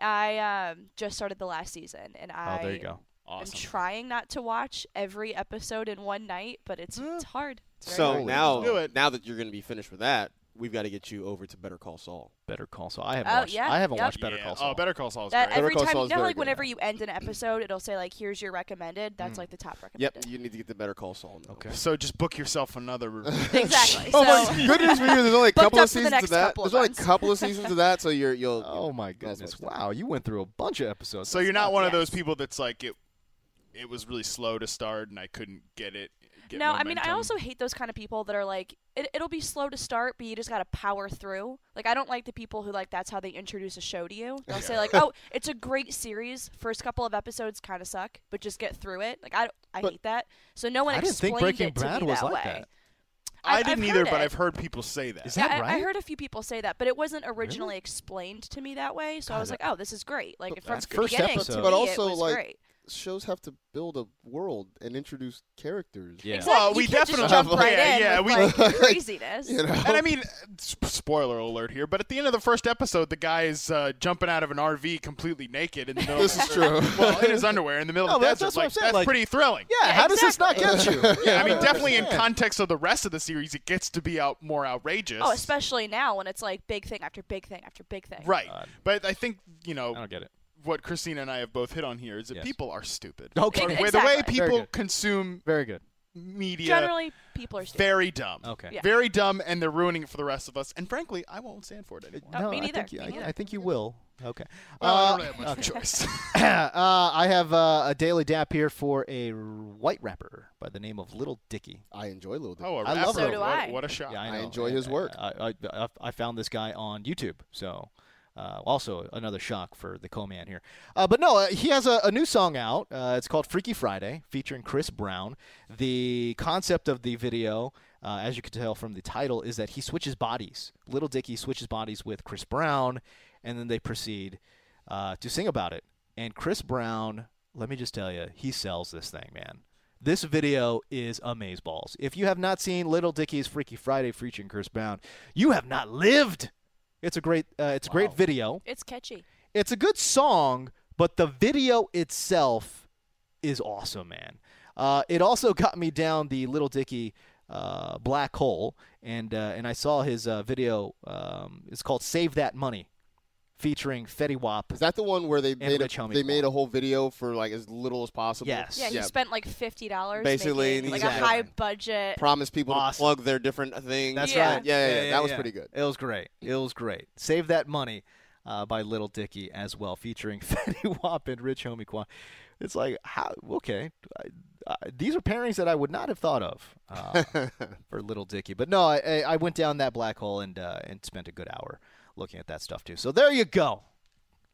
I um, just started the last season, and I Oh, there you go. am Awesome. trying not to watch every episode in one night, but it's it's hard. It's very So hard. now, Do it. now that you're going to be finished with that, we've got to get you over to Better Call Saul. Better Call Saul. I haven't Oh, watched. yeah, I haven't yep. watched Better Yeah. Call Saul. Oh, Better Call Saul is that great. Better every Call time, Saul you is know, how, very like good. whenever you end an episode, it'll say like, "Here's your recommended." That's like the top Yep, (laughs) recommended. you need to get the Better Call Saul. Now. Okay. So just book yourself another. Exactly. Oh so, my goodness for you! (laughs) There's only a Booked couple up of for the seasons next of that. couple of There's only a months. couple (laughs) of seasons of that, so you're (laughs) you'll. Oh my that's goodness! what's up. Wow, you went through a bunch of episodes. So you're not one of Yes. those people that's like it. It was really slow to start, and I couldn't get it. Get no, I mean, I momentum. also hate those kind of people that are like, it, it'll be slow to start, but you just gotta power through. Like, I don't like the people who like that's how they introduce a show to you. They'll say like, (laughs) "Oh, it's a great series. First couple of episodes kind of suck, but just get through it." Like, I, I But hate that. So no one I didn't think explained Breaking it to Bad me was that like way. that. I I've- didn't I've either, heard but it. I've heard people say that. Is Yeah, that I- right? I, heard a few people say that, but it wasn't originally explained to me that way. So I was like, "Oh, this is great!" Like from that's the first beginning episode. to But me, also, it was like, great. Shows have to build a world and introduce characters. Yeah. Exactly. Well, You we can't just definitely- jump right Yeah, in yeah, with, we- (laughs) like, craziness. (laughs) You know? And I mean, s- spoiler alert here, but at the end of the first episode, the guy is uh, jumping out of an RV completely naked in the middle. This of is the true. (laughs) Well, in his underwear in the middle No, of the that's- desert. that's what like, I'm saying, that's like- pretty thrilling. yeah, how does this not get you? (laughs) Yeah, I mean, definitely in context of the rest of the series, it gets to be out more outrageous. Oh, especially now when it's like big thing after big thing after big thing. Right, God. but I think you know I don't get it. what Christina and I have both hit on here is that Yes. people are stupid. Okay. The way- The Exactly. way Very people uh, good. consume Very good. media Generally, people are stupid. very dumb. Okay. Yeah. Very dumb, and they're ruining it for the rest of us. And frankly, I won't stand for it anymore. No, me Uh, I neither. think you, Me I, neither. I think you will. Okay. Well, Uh, I don't really have much of a choice. (laughs) (laughs) uh, I have uh, a daily dap here for a r- white rapper by the name of Little Dicky. I enjoy Little Dick. oh, a I rapper. love So What- do what, I. a shot. Yeah, I know. enjoy his work. I, I, I, I found this guy on YouTube, so uh, also another shock for the co-man here. Uh, but no, uh, he has a, a new song out. Uh, it's called Freaky Friday, featuring Chris Brown. The concept of the video, uh, as you can tell from the title, is that he switches bodies. Little Dicky switches bodies with Chris Brown, and then they proceed uh, to sing about it. And Chris Brown, let me just tell you, he sells this thing, man. This video is amazeballs. If you have not seen Little Dicky's Freaky Friday featuring Chris Brown, you have not lived. It's a great, uh, it's a great video. It's catchy. It's a good song, but the video itself is awesome, man. Uh, it also (laughs) got me down the Little Dicky uh, black hole, and uh, and I saw his uh, video. Um, it's called "Save That Money," featuring Fetty Wap. Is that the one where they made Rich a, Homie they made Paul. a whole video for like as little as possible? Yes. Yeah, he spent like fifty dollars. Basically, making, like exactly. a high budget. Promise people Awesome. to plug their different things. That's Yeah. right. Yeah, yeah, yeah, that was pretty good. It was great. It was great. Save that money uh, by Little Dicky as well, featuring (laughs) Fetty Wap and Rich Homie Quan. It's like how okay, I, I, these are pairings that I would not have thought of uh, (laughs) for Little Dicky. But no, I, I- I went down that black hole and uh, and spent a good hour looking at that stuff too. So there you go,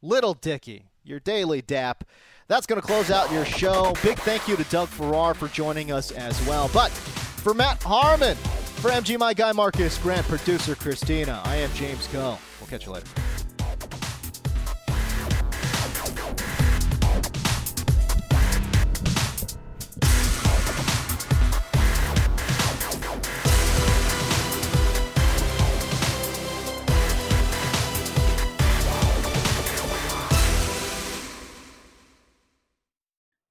Little Dicky. Your daily dap. That's going to close out your show. Big thank you to Doug Farrar for joining us as well. But for Matt Harmon, for MG My Guy Marcus Grant, producer Christina, I am James Coe. We'll catch you later.